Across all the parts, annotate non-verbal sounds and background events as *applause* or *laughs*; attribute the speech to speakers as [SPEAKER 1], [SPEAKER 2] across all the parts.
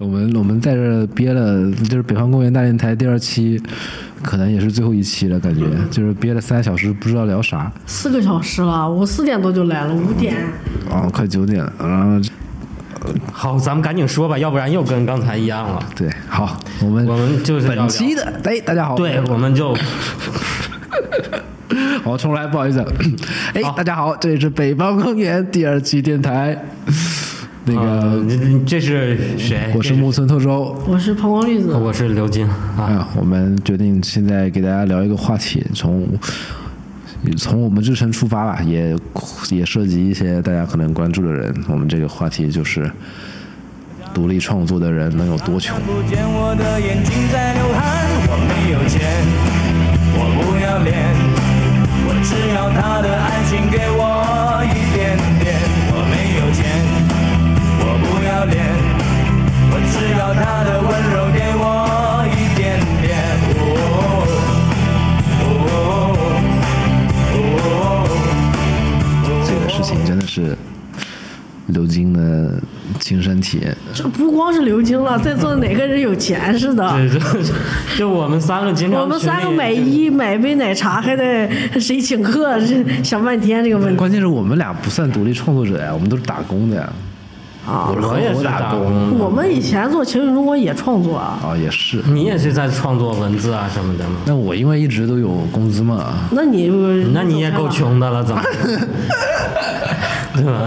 [SPEAKER 1] 我们我们在这儿憋了，就是北方公园大电台第二期，可能也是最后一期了，感觉就是憋了三小时，不知道聊啥
[SPEAKER 2] 四个小时了，我四点多就来了，五点。
[SPEAKER 1] 啊、快九点了，然后
[SPEAKER 3] 好，咱们赶紧说吧，要不然又跟刚才一样了。
[SPEAKER 1] 对，好，我们
[SPEAKER 3] 我们就是要聊
[SPEAKER 1] 本期的哎，大家好，
[SPEAKER 3] 对，我们就
[SPEAKER 1] 好重来，不好意思， *laughs* 哎，
[SPEAKER 3] 好
[SPEAKER 1] 大家好，这里是北方公园第二期电台，那
[SPEAKER 3] 呃
[SPEAKER 1] 个、，
[SPEAKER 3] 这这是谁？
[SPEAKER 1] 我是木村拓周，
[SPEAKER 2] 我是膀胱绿子
[SPEAKER 3] 这，我是刘金啊。 *laughs*
[SPEAKER 1] 啊，我们决定现在给大家聊一个话题，从从我们日程出发吧，也也涉及一些大家可能关注的人。我们这个话题就是独立创作的人能有多穷
[SPEAKER 4] 看。不见我的眼睛在流汗，我没有钱，我不要脸，我只要他的爱情给我一点点。我没有钱，我不要脸，我只要他的温柔给我一点点。哦
[SPEAKER 1] 这个事情真的是刘晶的亲身体验。
[SPEAKER 2] 这不光是刘晶了，在座的哪个人有钱似的？
[SPEAKER 3] 对，就就我们三个经常
[SPEAKER 2] 我们三个
[SPEAKER 3] 群里
[SPEAKER 2] 买一买杯奶茶，还
[SPEAKER 3] *laughs*
[SPEAKER 2] 得谁请客，这想半天这个问题
[SPEAKER 1] 关键是我们俩不算独立创作者呀，我们都是打工的呀。
[SPEAKER 2] 啊。
[SPEAKER 3] 我也是嗯打工，
[SPEAKER 2] 我们以前做《情景中国》也创作啊，
[SPEAKER 1] 啊，也是。
[SPEAKER 3] 你也是在创作文字啊什么的吗？
[SPEAKER 1] 那我因为一直都有工资嘛，
[SPEAKER 2] 那你
[SPEAKER 3] 那你也够，穷的了，怎么？对吧？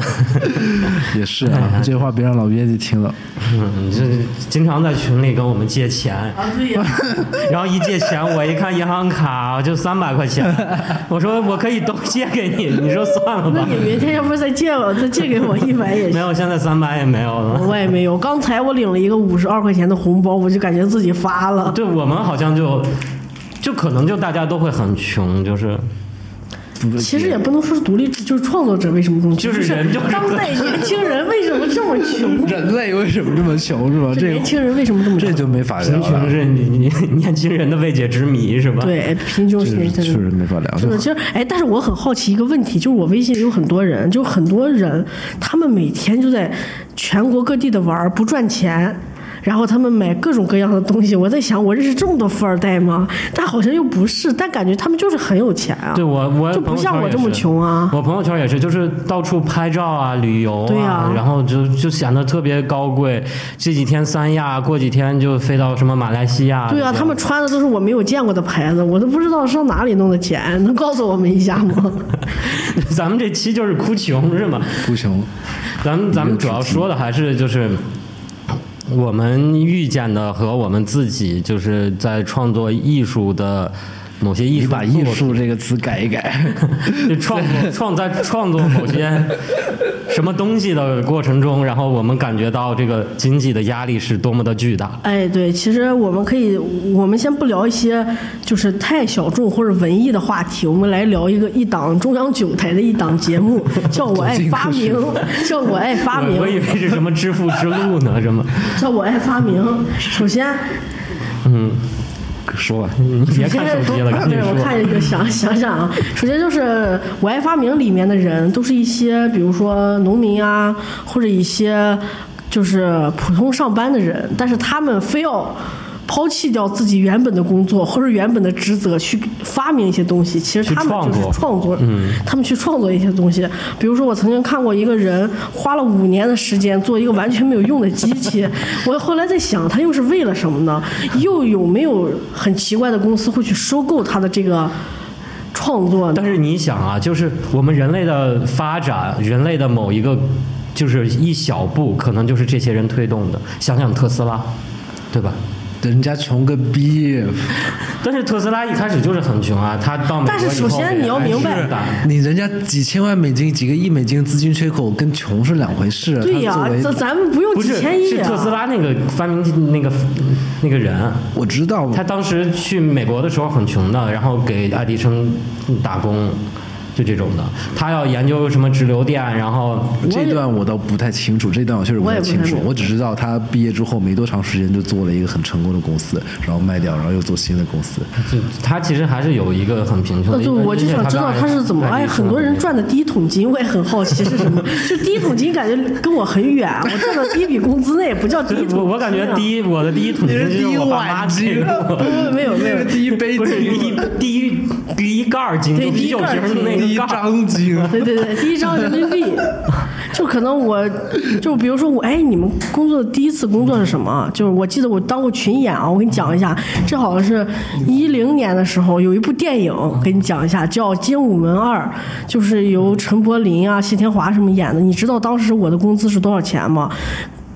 [SPEAKER 1] 也是啊。这话别让老编辑听了。
[SPEAKER 3] 嗯，就是经常在群里跟我们借钱，
[SPEAKER 2] 啊对呀，
[SPEAKER 3] 然后一借钱，我一看银行卡就三百块钱，我说我可以都借给你，你说算了
[SPEAKER 2] 那
[SPEAKER 3] 吧，
[SPEAKER 2] 你明天要不再借我，再借给我一百也
[SPEAKER 3] *laughs* 没
[SPEAKER 2] 行。
[SPEAKER 3] 有，现在三百也没有了。
[SPEAKER 2] 我也没有，刚才我领了一个五十二块钱的红包，我就感觉自己发了。
[SPEAKER 3] 对我们好像就就可能就大家都会很穷，就是
[SPEAKER 1] 不？
[SPEAKER 2] 其实也不能说是独立，就是创作者为什么这么穷，
[SPEAKER 3] 就是人就是
[SPEAKER 2] 当
[SPEAKER 3] *laughs*
[SPEAKER 2] 代年轻人为什么这么穷
[SPEAKER 1] 人类为什么这么穷是吧？
[SPEAKER 2] 这
[SPEAKER 1] 这
[SPEAKER 2] 年轻人为什么这么
[SPEAKER 1] 这
[SPEAKER 2] 穷？
[SPEAKER 1] 就没法聊
[SPEAKER 3] 贫穷
[SPEAKER 1] 了，
[SPEAKER 3] 是你你年轻人的未解之谜是吧？，
[SPEAKER 2] 对，哎贫穷
[SPEAKER 1] 确
[SPEAKER 2] 是
[SPEAKER 1] 实确实没法聊。
[SPEAKER 2] 是的，其实哎，但是我很好奇一个问题，就是我微信里有很多人，就很多人，他们每天就在全国各地的玩儿，不赚钱。然后他们买各种各样的东西，我在想，我认识这么多富二代吗？但好像又不是，但感觉他们就是很有钱啊。
[SPEAKER 3] 对我我
[SPEAKER 2] 就不像我这么穷啊
[SPEAKER 3] 我朋友圈也是，就是到处拍照啊、旅游
[SPEAKER 2] 对啊
[SPEAKER 3] 然后就就显得特别高贵。这几天三亚，过几天就飞到什么马来西亚。
[SPEAKER 2] 对啊，他们穿的都是我没有见过的牌子，我都不知道上哪里弄的钱， *laughs* 能告诉我们一下吗？
[SPEAKER 3] *laughs*
[SPEAKER 2] *laughs*
[SPEAKER 3] 咱们这期就是哭穷是吗？
[SPEAKER 1] 哭穷，
[SPEAKER 3] 咱们咱们主要说的还是就是。我们遇见的和我们自己就是在创作艺术的某些艺
[SPEAKER 1] 你
[SPEAKER 3] 术
[SPEAKER 1] 把“
[SPEAKER 3] 作品
[SPEAKER 1] 艺术”这个词改一改。 *laughs*
[SPEAKER 3] 就 *laughs* 创作创在创作某些什么东西的过程中，然后我们感觉到这个经济的压力是多么的巨大。
[SPEAKER 2] 哎，对，其实我们可以，我们先不聊一些就是太小众或者文艺的话题，我们来聊一个一档中央九台的一档节 *laughs* 目，叫我爱发明，叫 *laughs* 我爱发
[SPEAKER 3] 我我以
[SPEAKER 2] 明，
[SPEAKER 3] 为是什么致富之路呢？什么？
[SPEAKER 2] 叫我爱发明。首先，
[SPEAKER 1] 说吧，
[SPEAKER 3] 你别看手机了，赶紧
[SPEAKER 2] 对，我
[SPEAKER 3] 说。
[SPEAKER 2] 看就想想想啊。首先就是《我爱发明》里面的人都是一些，比如说农民啊，或者一些就是普通上班的人，但是他们非要。抛弃掉自己原本的工作或者原本的职责，去发明一些东西。其实
[SPEAKER 3] 去
[SPEAKER 2] 他们
[SPEAKER 3] 创
[SPEAKER 2] 就是
[SPEAKER 3] 作
[SPEAKER 2] 创作，
[SPEAKER 3] 嗯
[SPEAKER 2] 他们去创作一些东西。比如说，我曾经看过一个人花了五年的时间做一个完全没有用的机
[SPEAKER 3] *laughs*
[SPEAKER 2] 器，我后来在想，他又是为了什么呢？又有没有很奇怪的公司会去收购他的这个创作呢
[SPEAKER 3] 但？是你想啊，就是我们人类的发展，人类的某一个就是一小步，可能就是这些人推动的。想想特斯拉，对吧？
[SPEAKER 1] 人家穷个逼，
[SPEAKER 3] 但是特斯拉一开始就是很穷啊，他到美国
[SPEAKER 2] 但是首先
[SPEAKER 3] 以后
[SPEAKER 2] 你要
[SPEAKER 3] 也
[SPEAKER 2] 明白
[SPEAKER 3] 是的
[SPEAKER 1] 你人家几千万美金、几个亿美金资金缺口跟穷是两回事。啊
[SPEAKER 2] 对呀、
[SPEAKER 1] 他作为
[SPEAKER 2] 咱咱们不用
[SPEAKER 3] 不
[SPEAKER 2] 几
[SPEAKER 3] 是
[SPEAKER 2] 千亿
[SPEAKER 3] 是特斯
[SPEAKER 2] 啊。
[SPEAKER 3] 拉那个发明那个那个人，啊
[SPEAKER 1] 我知道，
[SPEAKER 3] 他当时去美国的时候很穷的，然后给爱迪生打工，就这种的。他要研究什么直流电，然后
[SPEAKER 1] 这段我倒不太清楚，这段我确实不
[SPEAKER 2] 我也
[SPEAKER 1] 太
[SPEAKER 2] 不
[SPEAKER 1] 清
[SPEAKER 2] 太
[SPEAKER 1] 楚
[SPEAKER 2] 明。白
[SPEAKER 1] 我只知道他毕业之后没多长时间就做了一个很成功的公司，然后卖掉，然后又做新的公司。
[SPEAKER 3] 就他其实还是有一个很贫穷
[SPEAKER 2] 呃，
[SPEAKER 3] 的。
[SPEAKER 2] 对，我就想知道他是怎么，哎，很多人赚的第一桶金，我也很好奇是什么。就第一桶金感觉跟我很远，我赚的第一笔工资那也不叫第一桶金啊、
[SPEAKER 3] *laughs* 我我感觉
[SPEAKER 2] *laughs*
[SPEAKER 3] 第一，我的第一桶金就是我爸妈给
[SPEAKER 2] 不
[SPEAKER 3] 我，
[SPEAKER 2] 呃不没有没有，
[SPEAKER 1] 第一杯
[SPEAKER 3] *laughs* 不是第一第一第一盖儿金，
[SPEAKER 2] 对
[SPEAKER 3] 就啤酒瓶儿那个盖儿。
[SPEAKER 1] 金，
[SPEAKER 2] *laughs* 对对对，第一张人民币，就可能我，就比如说我，哎，你们工作的第一次工作是什么啊？就是我记得我当过群演啊，我给你讲一下，这好像是一零年的时候有一部电影，给你讲一下，叫《精武门二》，就是由陈柏霖啊、谢天华什么演的。你知道当时我的工资是多少钱吗？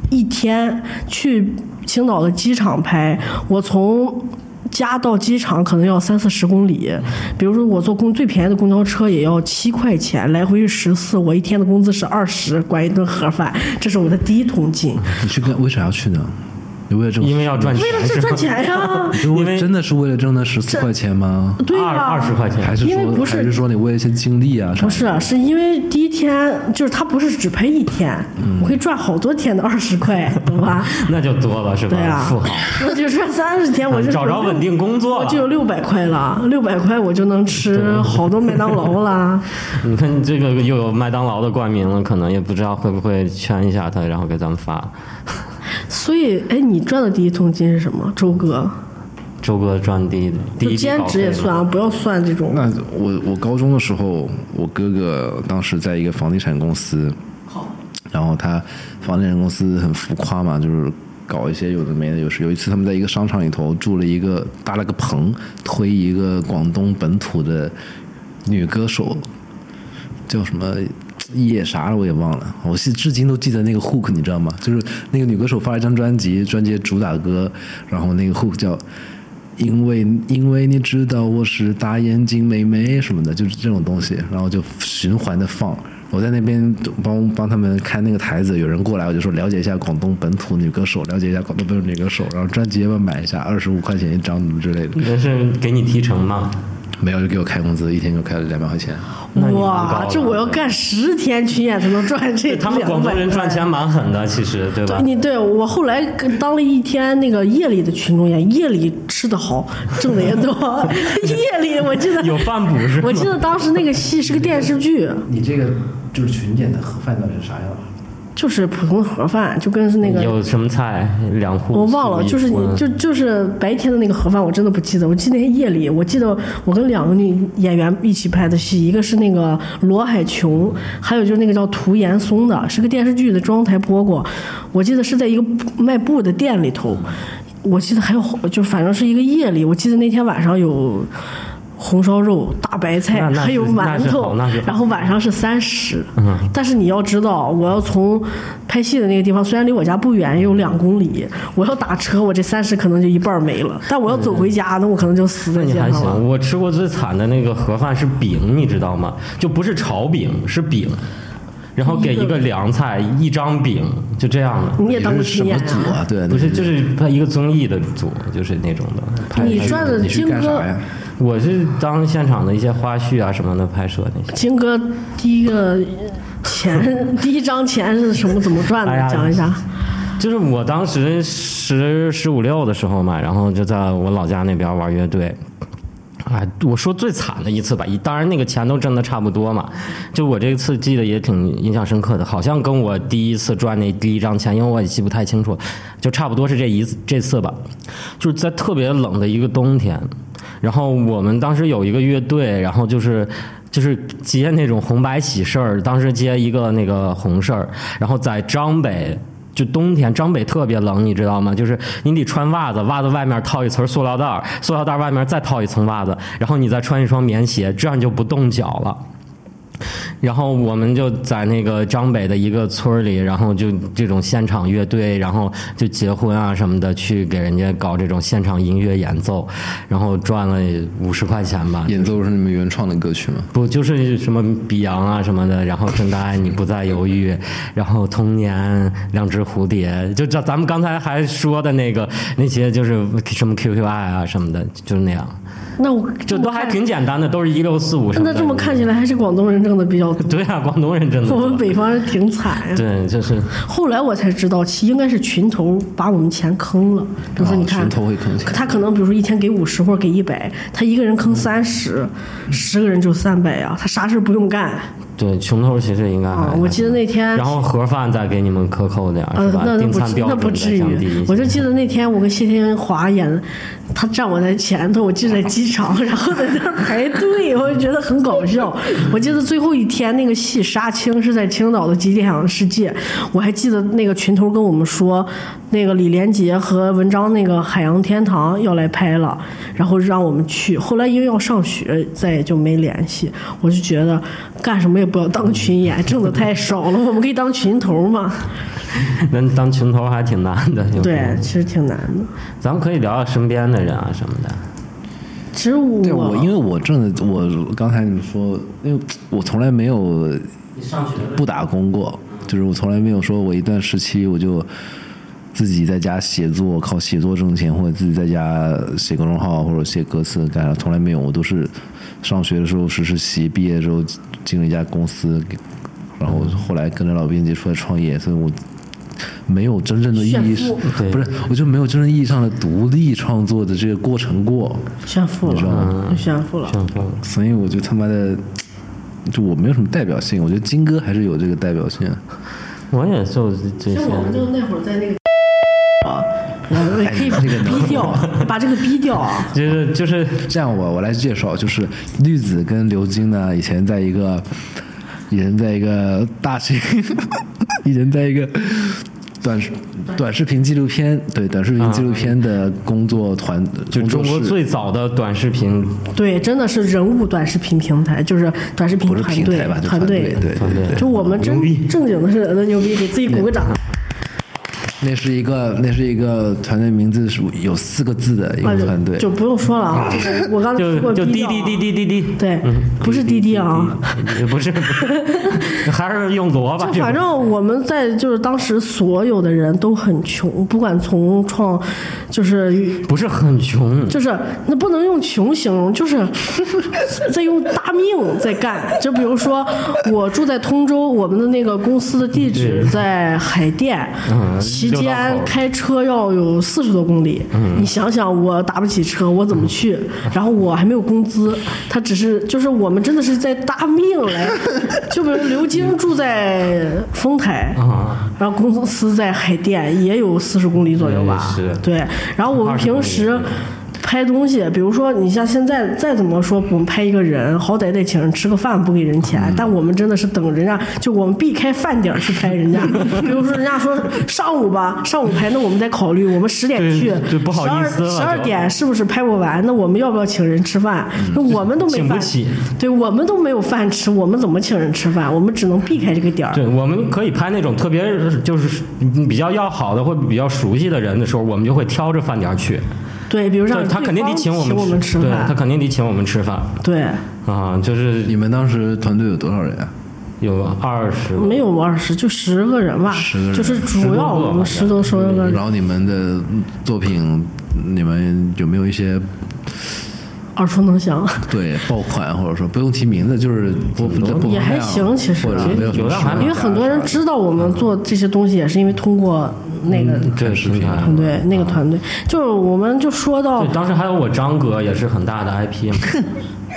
[SPEAKER 2] 一天去青岛的机场拍，我从。家到机场可能要三四十公里，比如说我坐公最便宜的公交车也要七块钱，来回是十四，我一天的工资是二十，管一顿盒饭，这是我的第一桶金。
[SPEAKER 1] 你去干为啥要去呢？你为了挣，
[SPEAKER 3] 因为要赚钱
[SPEAKER 2] 为了这
[SPEAKER 3] 是吧
[SPEAKER 2] 赚钱呀，
[SPEAKER 1] 如果
[SPEAKER 3] 因为
[SPEAKER 1] 真的是为了挣那十四块钱吗？
[SPEAKER 2] 对呀、
[SPEAKER 3] 二二十块钱
[SPEAKER 1] 还是
[SPEAKER 2] 因为
[SPEAKER 1] 说
[SPEAKER 2] 不是
[SPEAKER 1] 还是说你为了一些经历啊啥的？
[SPEAKER 2] 不是，是因为第一天就是他不是只赔一天，
[SPEAKER 3] 嗯
[SPEAKER 2] 我可以赚好多天的二十块，懂
[SPEAKER 3] *laughs*
[SPEAKER 2] 吧？
[SPEAKER 3] 那就多了是吧？
[SPEAKER 2] 对啊
[SPEAKER 3] 啊富豪，嗯
[SPEAKER 2] 我就赚三十天，我就
[SPEAKER 3] 找着稳定工作
[SPEAKER 2] 我
[SPEAKER 3] 了。
[SPEAKER 2] 就有六百块了，六百块我就能吃好多麦当劳啦。
[SPEAKER 3] 你看这个又有麦当劳的冠名了，可能也不知道会不会圈一下他，然后给咱们发。
[SPEAKER 2] 所以，哎，你赚的第一桶金是什么，周哥？
[SPEAKER 3] 周哥赚第一第
[SPEAKER 2] 就
[SPEAKER 3] 一笔
[SPEAKER 2] 兼
[SPEAKER 3] 稿
[SPEAKER 2] 职
[SPEAKER 3] 费
[SPEAKER 2] 也
[SPEAKER 3] 了
[SPEAKER 2] 算啊，不要算这种。
[SPEAKER 1] 那我我高中的时候，我哥哥当时在一个房地产公司，然后他房地产公司很浮夸嘛，就是搞一些有的没的。有时有一次他们在一个商场里头住了一个搭了个棚，推一个广东本土的女歌手，叫什么？叶啥了我也忘了，我是至今都记得那个 hook，你知道吗？就是那个女歌手发了一张专辑，专辑的主打歌，然后那个 hook 叫“因为因为你知道我是大眼睛妹妹”什么的，就是这种东西，然后就循环的放。我在那边帮帮他们看那个台子，有人过来我就说了解一下广东本土女歌手，了解一下广东本土女歌手，然后专辑要不要买一下，二十五块钱一张什么之类的，
[SPEAKER 3] 那是给你提成吗？
[SPEAKER 1] 没有就给我开工资，一天给我开了两百块钱。
[SPEAKER 3] 那你蛮高
[SPEAKER 2] 哇
[SPEAKER 3] 的，哎
[SPEAKER 2] 这我要干十天群演才能赚
[SPEAKER 3] *laughs*
[SPEAKER 2] 这
[SPEAKER 3] 他们广
[SPEAKER 2] 200
[SPEAKER 3] 东人赚钱啊蛮狠的，其实对吧
[SPEAKER 2] 对？你对我后来跟当了一天那个夜里的群众演，夜里吃的好，挣的也多。
[SPEAKER 3] *laughs*
[SPEAKER 2] 夜里我记得
[SPEAKER 3] 有饭
[SPEAKER 2] *laughs*
[SPEAKER 3] 补是吗
[SPEAKER 2] 我？记得当时那个戏是个电视剧，
[SPEAKER 1] 你这个就是群演的盒饭到底是啥样？啊
[SPEAKER 2] 就是普通的盒饭，就跟是那个
[SPEAKER 3] 有什么菜？两户
[SPEAKER 2] 我忘了，
[SPEAKER 3] 醋一
[SPEAKER 2] 就是你
[SPEAKER 3] 荤
[SPEAKER 2] 就就是白天的那个盒饭，我真的不记得。我记得那天夜里，我记得我跟两个女演员一起拍的戏，一个是那个罗海琼，还有就是那个叫涂岩松的，是个电视剧的中央台播过。我记得是在一个卖布的店里头，我记得还有就反正是一个夜里，我记得那天晚上有。红烧肉、大白菜
[SPEAKER 3] 那，那是
[SPEAKER 2] 还有
[SPEAKER 3] 那
[SPEAKER 2] 馒
[SPEAKER 3] 是好
[SPEAKER 2] 头
[SPEAKER 3] 那是好，
[SPEAKER 2] 然后晚上是三十。
[SPEAKER 3] 嗯
[SPEAKER 2] 但是你要知道，我要从拍戏的那个地方，虽然离我家不远，也有两公里，我要打车，我这三十可能就一半儿没了。但我要走回家，那我可能就死
[SPEAKER 3] 那
[SPEAKER 2] 在
[SPEAKER 3] 你
[SPEAKER 2] 街
[SPEAKER 3] 还
[SPEAKER 2] 上
[SPEAKER 3] 行，
[SPEAKER 2] 了。
[SPEAKER 3] 我吃过最惨的那个盒饭是饼，你知道吗？就不是炒饼，是饼，然后给一个凉菜，一张饼，就这样的。
[SPEAKER 2] 你也当过
[SPEAKER 1] 什
[SPEAKER 2] 群
[SPEAKER 1] 么
[SPEAKER 2] 演
[SPEAKER 1] 组
[SPEAKER 2] 啊？
[SPEAKER 1] 啊？对，
[SPEAKER 3] 不是，就是拍一个综艺的组，就是那种的拍。
[SPEAKER 2] 你赚的
[SPEAKER 1] 你去
[SPEAKER 2] 金
[SPEAKER 1] 干
[SPEAKER 2] 哥
[SPEAKER 1] 啥，呀？
[SPEAKER 3] 我是当现场的一些花絮啊什么的拍摄那些。
[SPEAKER 2] 金哥第一个钱， *laughs* 第一张钱是什么？怎么赚的
[SPEAKER 3] 哎呀？
[SPEAKER 2] 讲一下。
[SPEAKER 3] 就是我当时十十五六的时候嘛，然后就在我老家那边玩乐队。啊，我说最惨的一次吧，一当然那个钱都挣的差不多嘛。就我这次记得也挺印象深刻的，好像跟我第一次赚那第一张钱，因为我也记不太清楚，就差不多是这一次这次吧。就是在特别冷的一个冬天，然后我们当时有一个乐队，然后就是就是接那种红白喜事儿，当时接一个那个红事儿，然后在张北。就冬天，张北特别冷，你知道吗？就是你得穿袜子，袜子外面套一层塑料袋儿，塑料袋儿外面再套一层袜子，然后你再穿一双棉鞋，这样你就不冻脚了。然后我们就在那个张北的一个村儿里，然后就这种现场乐队，然后就结婚啊什么的，去给人家搞这种现场音乐演奏，然后赚了五十块钱吧。
[SPEAKER 1] 演奏是你们原创的歌曲吗？
[SPEAKER 3] 不就是什么比昂啊什么的，然后真的爱你不再犹豫，然后童年两只蝴蝶，就这咱们刚才还说的那个那些就是什么 QQ 爱啊什么的，就是那样。
[SPEAKER 2] 那我
[SPEAKER 3] 就都还
[SPEAKER 2] 看
[SPEAKER 3] 挺简单的，都是一六四五什么
[SPEAKER 2] 那
[SPEAKER 3] 的。
[SPEAKER 2] 这么看起来，还是广东人挣的比较多，
[SPEAKER 3] 对啊，广东人真的
[SPEAKER 2] 我
[SPEAKER 3] 多。
[SPEAKER 2] 们北方人挺惨呀、
[SPEAKER 3] 对，就是
[SPEAKER 2] 后来我才知道，其应该是群头把我们钱坑了。比如说，你看、
[SPEAKER 1] 哦群头会坑钱
[SPEAKER 2] 他可能比如说一天给五十或者给一百，他一个人坑三十、十个人就三百啊，他啥事儿不用干啊
[SPEAKER 3] 对穷头其实应该
[SPEAKER 1] 哎
[SPEAKER 3] 还、
[SPEAKER 2] 啊。我记得那天
[SPEAKER 3] 然。后盒饭再给你们克扣点儿，
[SPEAKER 2] 呃
[SPEAKER 3] 是，吧？
[SPEAKER 2] 那那
[SPEAKER 3] 订
[SPEAKER 2] 不
[SPEAKER 3] 餐标
[SPEAKER 2] 那不
[SPEAKER 3] 准
[SPEAKER 2] 至
[SPEAKER 3] 再降低
[SPEAKER 2] 于
[SPEAKER 3] 一，些。
[SPEAKER 2] 我就记得那天我跟谢天华演的，他站我在前头，我记得在机场， *laughs* 然后在那儿排队，我就觉得很搞笑。我记得最后一天那个戏《杀青》是在青岛的极点世界，我还记得那个群头跟我们说，那个李连杰和文章那个《海洋天堂》要来拍了，然后让我们去。后来因为要上学，再也就没联系。我就觉得干什么也不要当群演，挣的太少了，我们可以当群头嘛。
[SPEAKER 3] 那当群头还挺难的。有时候
[SPEAKER 2] 对，，
[SPEAKER 1] 嗯
[SPEAKER 2] 其实挺难的。
[SPEAKER 3] 咱们可以聊聊身边的人啊什么的。
[SPEAKER 2] 其实我
[SPEAKER 1] 对我，因为我挣的，我刚才你说，因为我从来没有
[SPEAKER 3] 你上学
[SPEAKER 1] 不打工过，就是我从来没有说我一段时期我就自己在家写作，靠写作挣钱，或者自己在家写公众号或者写歌词干啥，从来没有。我都是上学的时候实实习，毕业的时候进了一家公司，然后后来跟着老编辑出来创业，所以我。没有真正的意义
[SPEAKER 2] 炫
[SPEAKER 1] 上
[SPEAKER 2] 富，
[SPEAKER 3] 对
[SPEAKER 1] 不是，我就没有真正意义上的独立创作的这个过程过。
[SPEAKER 2] 炫富了，就炫富了。
[SPEAKER 3] 上课
[SPEAKER 1] 所以我就他妈的，就我没有什么代表性。我觉得金哥还是有这个代表性。
[SPEAKER 3] 我也就这
[SPEAKER 2] 其实
[SPEAKER 3] 些。
[SPEAKER 2] 我们就那会儿在那个啊，
[SPEAKER 1] 哎
[SPEAKER 2] 我可以逼掉，
[SPEAKER 1] *laughs*
[SPEAKER 2] 把这个逼掉啊。
[SPEAKER 3] 就是就是
[SPEAKER 1] 这样我我来介绍，就是绿子跟刘晶呢，以前在一个，以前在一个大型， *laughs* 以前在一个短视短视频纪录片，对短视频纪录片的工作团，
[SPEAKER 3] 就
[SPEAKER 1] 工
[SPEAKER 3] 中
[SPEAKER 1] 作
[SPEAKER 3] 国
[SPEAKER 1] 室
[SPEAKER 3] 最早的短视频
[SPEAKER 2] 对，真的是人物短视频平台，就是短视频
[SPEAKER 1] 不是
[SPEAKER 2] 团
[SPEAKER 1] 平
[SPEAKER 2] 队
[SPEAKER 1] 台吧，就
[SPEAKER 2] 团
[SPEAKER 1] 队，对对对。
[SPEAKER 2] 就我们真正经的是人的牛逼，给自己鼓
[SPEAKER 1] *laughs*
[SPEAKER 2] 个掌。啊
[SPEAKER 1] 那是一个那是一个团队名字是有四个字的一
[SPEAKER 2] 啊
[SPEAKER 1] 个团队，
[SPEAKER 2] 就不用说了啊，就是我刚才
[SPEAKER 3] 就
[SPEAKER 2] 说过
[SPEAKER 3] 就
[SPEAKER 2] 逼
[SPEAKER 3] 滴
[SPEAKER 2] 掉啊
[SPEAKER 3] 滴滴，滴滴滴，
[SPEAKER 2] 对，
[SPEAKER 1] 嗯
[SPEAKER 2] 不是滴滴啊。
[SPEAKER 3] 滴，不是，不是 *laughs* 还是用萝卜。
[SPEAKER 2] 就
[SPEAKER 3] 这个
[SPEAKER 2] 反正我们在就是当时所有的人都很穷，不管从创，就是
[SPEAKER 3] 不是很穷，
[SPEAKER 2] 就是那不能用穷形容，就是 *laughs* 在用大命在干。就比如说，我住在通州，我们的那个公司的地址在海淀，期
[SPEAKER 3] 六道
[SPEAKER 2] 间
[SPEAKER 3] 口
[SPEAKER 2] 开车要有四十多公里。你想想，我打不起车，我怎么去？然后我还没有工资，他只是就是我们真的是在搭命来。就比如刘晶住在丰台，
[SPEAKER 3] 嗯啊
[SPEAKER 2] 然后公司在海淀，也有四十公里左右吧
[SPEAKER 3] 嗯是。
[SPEAKER 2] 对，然后我们
[SPEAKER 3] 20公
[SPEAKER 2] 平
[SPEAKER 3] 里
[SPEAKER 2] 时
[SPEAKER 3] 对。
[SPEAKER 2] 拍东西，比如说你像现在再怎么说，我们拍一个人，好歹得请人吃个饭，不给人钱。
[SPEAKER 3] 嗯
[SPEAKER 2] 但我们真的是等人家，就我们避开饭点儿去拍
[SPEAKER 3] *laughs*
[SPEAKER 2] 人家。比如说人家说上午吧，上午拍，那我们得考虑，我们十点去
[SPEAKER 3] 对，对不好意思了
[SPEAKER 2] 十二
[SPEAKER 3] 就嗯
[SPEAKER 2] 点是不是拍不完？那我们要不要请人吃饭？那我们都没
[SPEAKER 3] 请
[SPEAKER 2] 饭，
[SPEAKER 3] 不起
[SPEAKER 2] 对我们都没有饭吃，我们怎么请人吃饭？我们只能避开这个点儿。
[SPEAKER 3] 对，我们可以拍那种特别就是比较要好的或比较熟悉的人的时候，我们就会挑着饭点儿去。
[SPEAKER 2] 对，比如让
[SPEAKER 3] 对他
[SPEAKER 2] 对
[SPEAKER 3] 肯定得
[SPEAKER 2] 方
[SPEAKER 3] 请
[SPEAKER 2] 请
[SPEAKER 3] 我们
[SPEAKER 2] 吃
[SPEAKER 3] 对他
[SPEAKER 2] 饭，
[SPEAKER 3] 肯定得请我们吃饭
[SPEAKER 2] 对，
[SPEAKER 3] 啊，就是
[SPEAKER 1] 你们当时团队有多少人啊？
[SPEAKER 3] 有二十
[SPEAKER 2] 没有二十，就十个人吧
[SPEAKER 1] 10个，人
[SPEAKER 2] 就是
[SPEAKER 3] 10
[SPEAKER 2] 主
[SPEAKER 3] 多
[SPEAKER 2] 要
[SPEAKER 3] 个
[SPEAKER 2] 我
[SPEAKER 3] 吧
[SPEAKER 2] 们十多十多个人
[SPEAKER 1] 然，后你们的作品，你们有没有一些
[SPEAKER 2] 耳熟能详。
[SPEAKER 1] 对爆款，或者说不用提名字，就是播不不
[SPEAKER 2] 嗯也还行其实
[SPEAKER 1] 或者没有什么
[SPEAKER 3] 流量还
[SPEAKER 1] 事
[SPEAKER 2] 因为很多人知道我们做这些东西，也是因为通过那
[SPEAKER 1] 嗯
[SPEAKER 2] 个
[SPEAKER 3] 嗯对
[SPEAKER 1] 视频
[SPEAKER 3] 平台。
[SPEAKER 2] 团队，那个团队，就是我们就说到
[SPEAKER 3] 对，当时还有我张哥也是很大
[SPEAKER 2] *laughs*
[SPEAKER 3] 的 IP 嘛。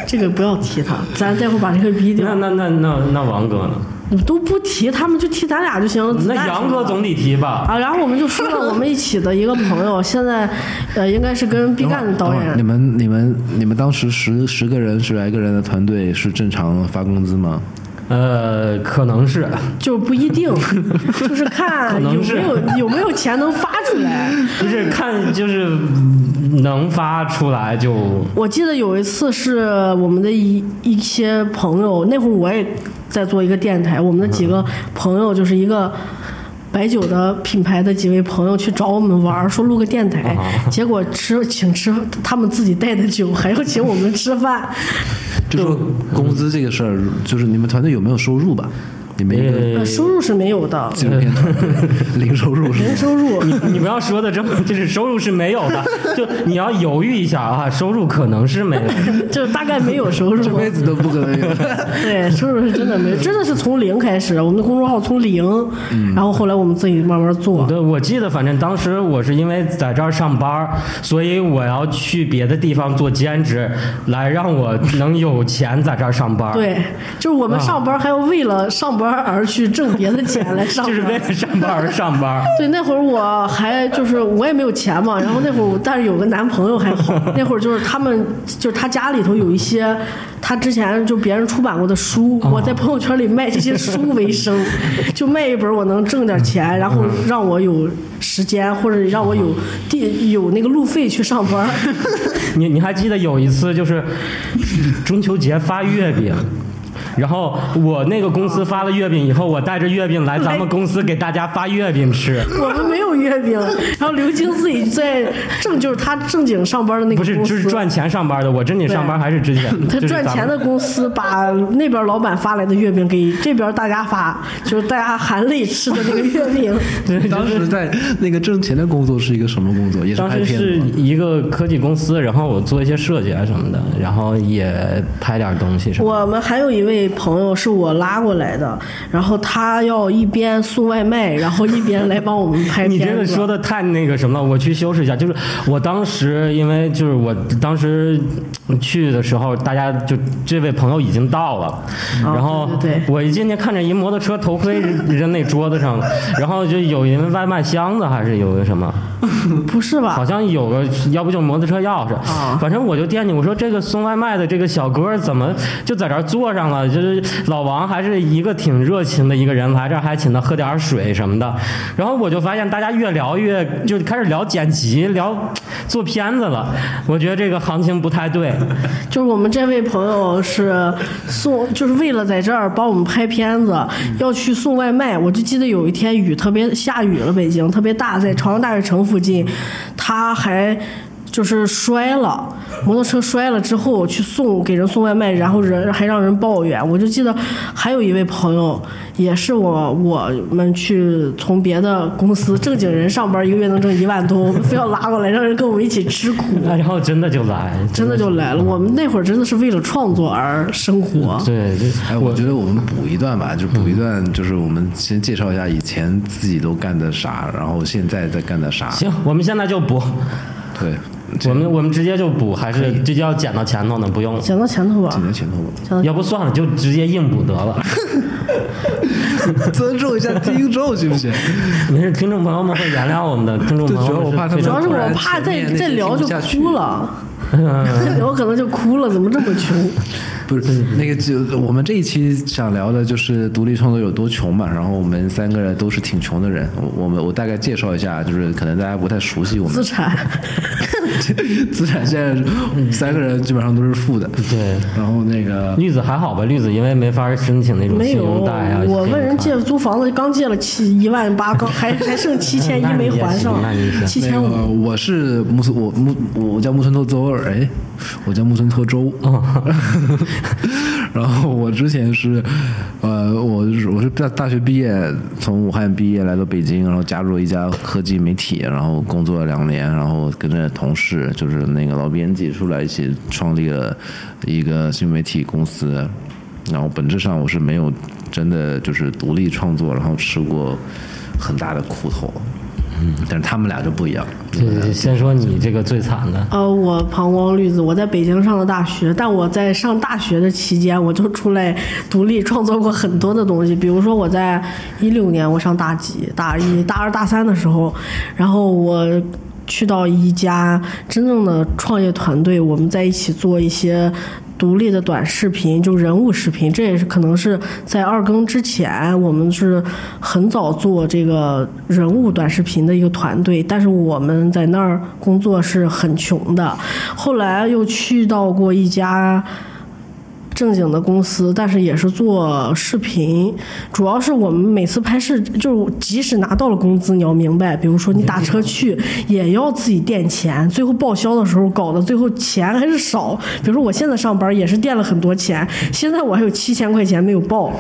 [SPEAKER 2] 这个不要提他，咱待会儿把这个逼
[SPEAKER 3] 那
[SPEAKER 2] 掉，
[SPEAKER 3] 那那那那王哥呢？
[SPEAKER 2] 你都不提，他们就提咱俩就行了。子
[SPEAKER 3] 那
[SPEAKER 2] 弹
[SPEAKER 3] 杨
[SPEAKER 2] 什么
[SPEAKER 3] 哥
[SPEAKER 2] 的
[SPEAKER 3] 总得提吧？
[SPEAKER 2] 啊，然后我们就说了，我们一起的一个朋友，现在呃应该是跟毕
[SPEAKER 1] 等会
[SPEAKER 2] 赣
[SPEAKER 1] 儿
[SPEAKER 2] 导
[SPEAKER 1] 等会儿你
[SPEAKER 2] 演，
[SPEAKER 1] 们你们你们当时十十个人十来个人的团队是正常发工资吗？
[SPEAKER 3] 呃，可能是，
[SPEAKER 2] 就不一定， *laughs* 就是看有
[SPEAKER 3] 能
[SPEAKER 2] 没
[SPEAKER 3] 是
[SPEAKER 2] 有有没有钱能发出来。
[SPEAKER 3] 就是看就是能发出来就
[SPEAKER 2] 我记得有一次是我们的一一些朋友，那会儿我也在做一个电台，我们的几
[SPEAKER 3] 嗯
[SPEAKER 2] 个朋友就是一个。白酒的品牌的几位朋友去找我们玩儿，说录个电
[SPEAKER 3] 啊
[SPEAKER 2] 台，结果吃请吃他们自己带的酒，还要请我们吃饭，
[SPEAKER 1] 就说工资这个事儿，就是你们团队有没有收入吧？你们一个
[SPEAKER 2] 呃，
[SPEAKER 3] 呃，
[SPEAKER 2] 收入是没有
[SPEAKER 3] *laughs*
[SPEAKER 2] 的，
[SPEAKER 1] 纪录片团队零收入是 *laughs* 吗
[SPEAKER 2] 零收入。
[SPEAKER 3] 你不要说的这么， *laughs* 就是收入是没有的，就你要犹豫一下啊，收入可能是没有的。 *laughs*
[SPEAKER 2] 就大概没有收入，
[SPEAKER 1] 这辈子都不可能有。
[SPEAKER 2] 对，收入是真的没有，真的是从零开始，我们的公众号从零，然后后来我们自己慢慢做，
[SPEAKER 3] 对，嗯我记得，反正当时我是因为在这儿上班儿，所以我要去别的地方做兼职，来让我能有钱在这儿上班。，
[SPEAKER 2] 对，就是我们
[SPEAKER 3] 啊
[SPEAKER 2] 上班还要为了上班而去挣别的钱来上
[SPEAKER 3] 就是为
[SPEAKER 2] 班。
[SPEAKER 3] 了上班而上班儿。
[SPEAKER 2] 对，那会儿我还就是我也没有钱嘛，然后那会儿我但是有个男朋友还好，那会儿就是他们就是他家里头有一些他之前就别人出版过的书，我
[SPEAKER 3] 哦
[SPEAKER 2] 在朋友圈里卖这些书为生，就卖一本我能挣点钱，然
[SPEAKER 3] 嗯
[SPEAKER 2] 后让我有时间或者让我
[SPEAKER 3] 哦
[SPEAKER 2] 有地有那个路费去上
[SPEAKER 3] *laughs*
[SPEAKER 2] 班。
[SPEAKER 3] 你你还记得有一次就是中秋节发月饼？然后我那个公司发了月饼以后，我带着月饼来咱们公司给大家发月饼吃。
[SPEAKER 2] 我们没有月饼，然后刘晶自己在正就是他正经上班的那个
[SPEAKER 3] 不是，
[SPEAKER 2] 公
[SPEAKER 3] 就
[SPEAKER 2] 司
[SPEAKER 3] 是赚钱上班的。我正经上班还是之前，
[SPEAKER 2] 他
[SPEAKER 3] 就是
[SPEAKER 2] 赚
[SPEAKER 3] 咱
[SPEAKER 2] 钱
[SPEAKER 3] 们
[SPEAKER 2] 的公司把那边老板发来的月饼给这边大家发，就是大家含泪吃的那个月
[SPEAKER 3] *laughs*
[SPEAKER 2] 饼。
[SPEAKER 1] 当时在那个挣钱的工作是一个什么工作？也是
[SPEAKER 3] 当
[SPEAKER 1] 拍
[SPEAKER 3] 时
[SPEAKER 1] 片
[SPEAKER 3] 是
[SPEAKER 1] 子吗
[SPEAKER 3] 一个科技公司，然后我做一些设计啊什么的，然后也拍点东西什么的。
[SPEAKER 2] 我们还有一位朋友是我拉过来的，然后他要一边送外卖，然后一边来帮我们拍片子。
[SPEAKER 3] 你这个说的太那个什么了，我去修饰一下。就是我当时，因为就是我当时去的时候，大家就这位朋友已经到了，然后
[SPEAKER 2] 哦对对对
[SPEAKER 3] 我一进去看着一摩托车头盔扔那桌子上了，然后就有一个外卖箱子还是有个什么，
[SPEAKER 2] 不是
[SPEAKER 3] 好
[SPEAKER 2] 吧？
[SPEAKER 3] 像有个，要不就摩托车钥匙。
[SPEAKER 2] 啊
[SPEAKER 3] 反正我就惦记，我说这个送外卖的这个小哥怎么就在这儿坐上了？就是老王还是一个挺热情的一个人，来这儿还请他喝点水什么的。然后我就发现大家越聊越就开始聊剪辑，聊做片子了。我觉得这个行情不太对。
[SPEAKER 2] 就是我们这位朋友是送，就是为了在这儿帮我们拍片子，要去送外卖。我就记得有一天雨特别下雨了，北京特别大，在朝阳大悦城附近，他还。就是摔了，摩托车摔了之后去送给人送外卖，然后人还让人抱怨。我就记得还有一位朋友，也是我我们去从别的公司正经人上班，一个月能挣一万多，我们非要拉过来让人跟我们一起吃苦。
[SPEAKER 3] 然后真的就来，
[SPEAKER 2] 真的就来了。我们那会儿真的是为了创作而生活。
[SPEAKER 3] 嗯对，就
[SPEAKER 1] 哎，我觉得我们补一段吧，就补
[SPEAKER 3] 嗯
[SPEAKER 1] 一段，就是我们先介绍一下以前自己都干的啥，然后现在在干的啥。
[SPEAKER 3] 行，我们现在就补，
[SPEAKER 1] 对，
[SPEAKER 3] 我们我们直接就补，还是就要剪到前头呢？不用了，
[SPEAKER 2] 讲到前头吧
[SPEAKER 1] 几，年前头吧。
[SPEAKER 3] 要不算了，就直接硬补得了。
[SPEAKER 1] *laughs* 尊重一下听众行不行？
[SPEAKER 3] *laughs* 没事，听众朋友们会原谅我
[SPEAKER 2] *laughs*
[SPEAKER 3] 们的。听众朋
[SPEAKER 1] 主
[SPEAKER 3] 友
[SPEAKER 1] 要
[SPEAKER 3] 们
[SPEAKER 1] 我怕他们
[SPEAKER 2] 主要是
[SPEAKER 1] 突
[SPEAKER 2] 我
[SPEAKER 1] 然
[SPEAKER 2] 怕
[SPEAKER 1] 前
[SPEAKER 2] 再
[SPEAKER 1] 面那
[SPEAKER 2] 再
[SPEAKER 1] 些
[SPEAKER 2] 聊
[SPEAKER 1] 听
[SPEAKER 2] 就
[SPEAKER 1] 不下去
[SPEAKER 2] 哭
[SPEAKER 3] *laughs*
[SPEAKER 2] 了，再聊可能就哭了，怎么这么穷？
[SPEAKER 1] *laughs* 不是
[SPEAKER 3] 嗯
[SPEAKER 1] 那个就我们这一期想聊的就是独立创作有多穷嘛，然后我们三个人都是挺穷的人，我我们我大概介绍一下，就是可能大家不太熟悉我
[SPEAKER 2] 资
[SPEAKER 1] 们
[SPEAKER 2] 产
[SPEAKER 1] *laughs* 资产现在三个人基本上都是负的，
[SPEAKER 3] 嗯对，
[SPEAKER 1] 然后那个
[SPEAKER 3] 绿子还好吧？绿子因为没法申请那种
[SPEAKER 2] 没
[SPEAKER 3] 信
[SPEAKER 2] 有，
[SPEAKER 3] 用贷啊。
[SPEAKER 2] 我
[SPEAKER 3] 信用
[SPEAKER 2] 问人
[SPEAKER 3] 卡
[SPEAKER 2] 借租房子，刚借了七一万八，刚还还剩七千一没还上
[SPEAKER 3] 那你也行那你也，行
[SPEAKER 2] 七
[SPEAKER 1] 那
[SPEAKER 2] 千五。
[SPEAKER 1] 个我是木村，我木我叫木村拓周二，哎，我叫木村拓周。 *laughs* 然后我之前是，呃，我是我是大大学毕业，从武汉毕业来到北京，然后加入了一家科技媒体，然后工作了两年，然后跟着同事就是那个老编辑出来一起创立了一个新媒体公司。然后本质上我是没有真的就是独立创作，然后吃过很大的苦头。嗯，但是他们俩就不一样。
[SPEAKER 3] 对对对，先说你这个最惨的，
[SPEAKER 2] 呃，我膀胱绿子，我在北京上的大学，但我在上大学的期间，我就出来独立创作过很多的东西，比如说我在一六年我上大几、大一、大二、大三的时候，然后我。去到一家真正的创业团队，我们在一起做一些独立的短视频，就人物视频，这也是可能是在二更之前，我们是很早做这个人物短视频的一个团队，但是我们在那儿工作是很穷的。后来又去到过一家正经的公司，但是也是做视频。主要是我们每次拍摄，就是即使拿到了工资，你要明白，比如说你打车去也要自己垫钱，最后报销的时候搞得最后钱还是少。比如说我现在上班也是垫了很多钱，现在我还有七千块钱没有报，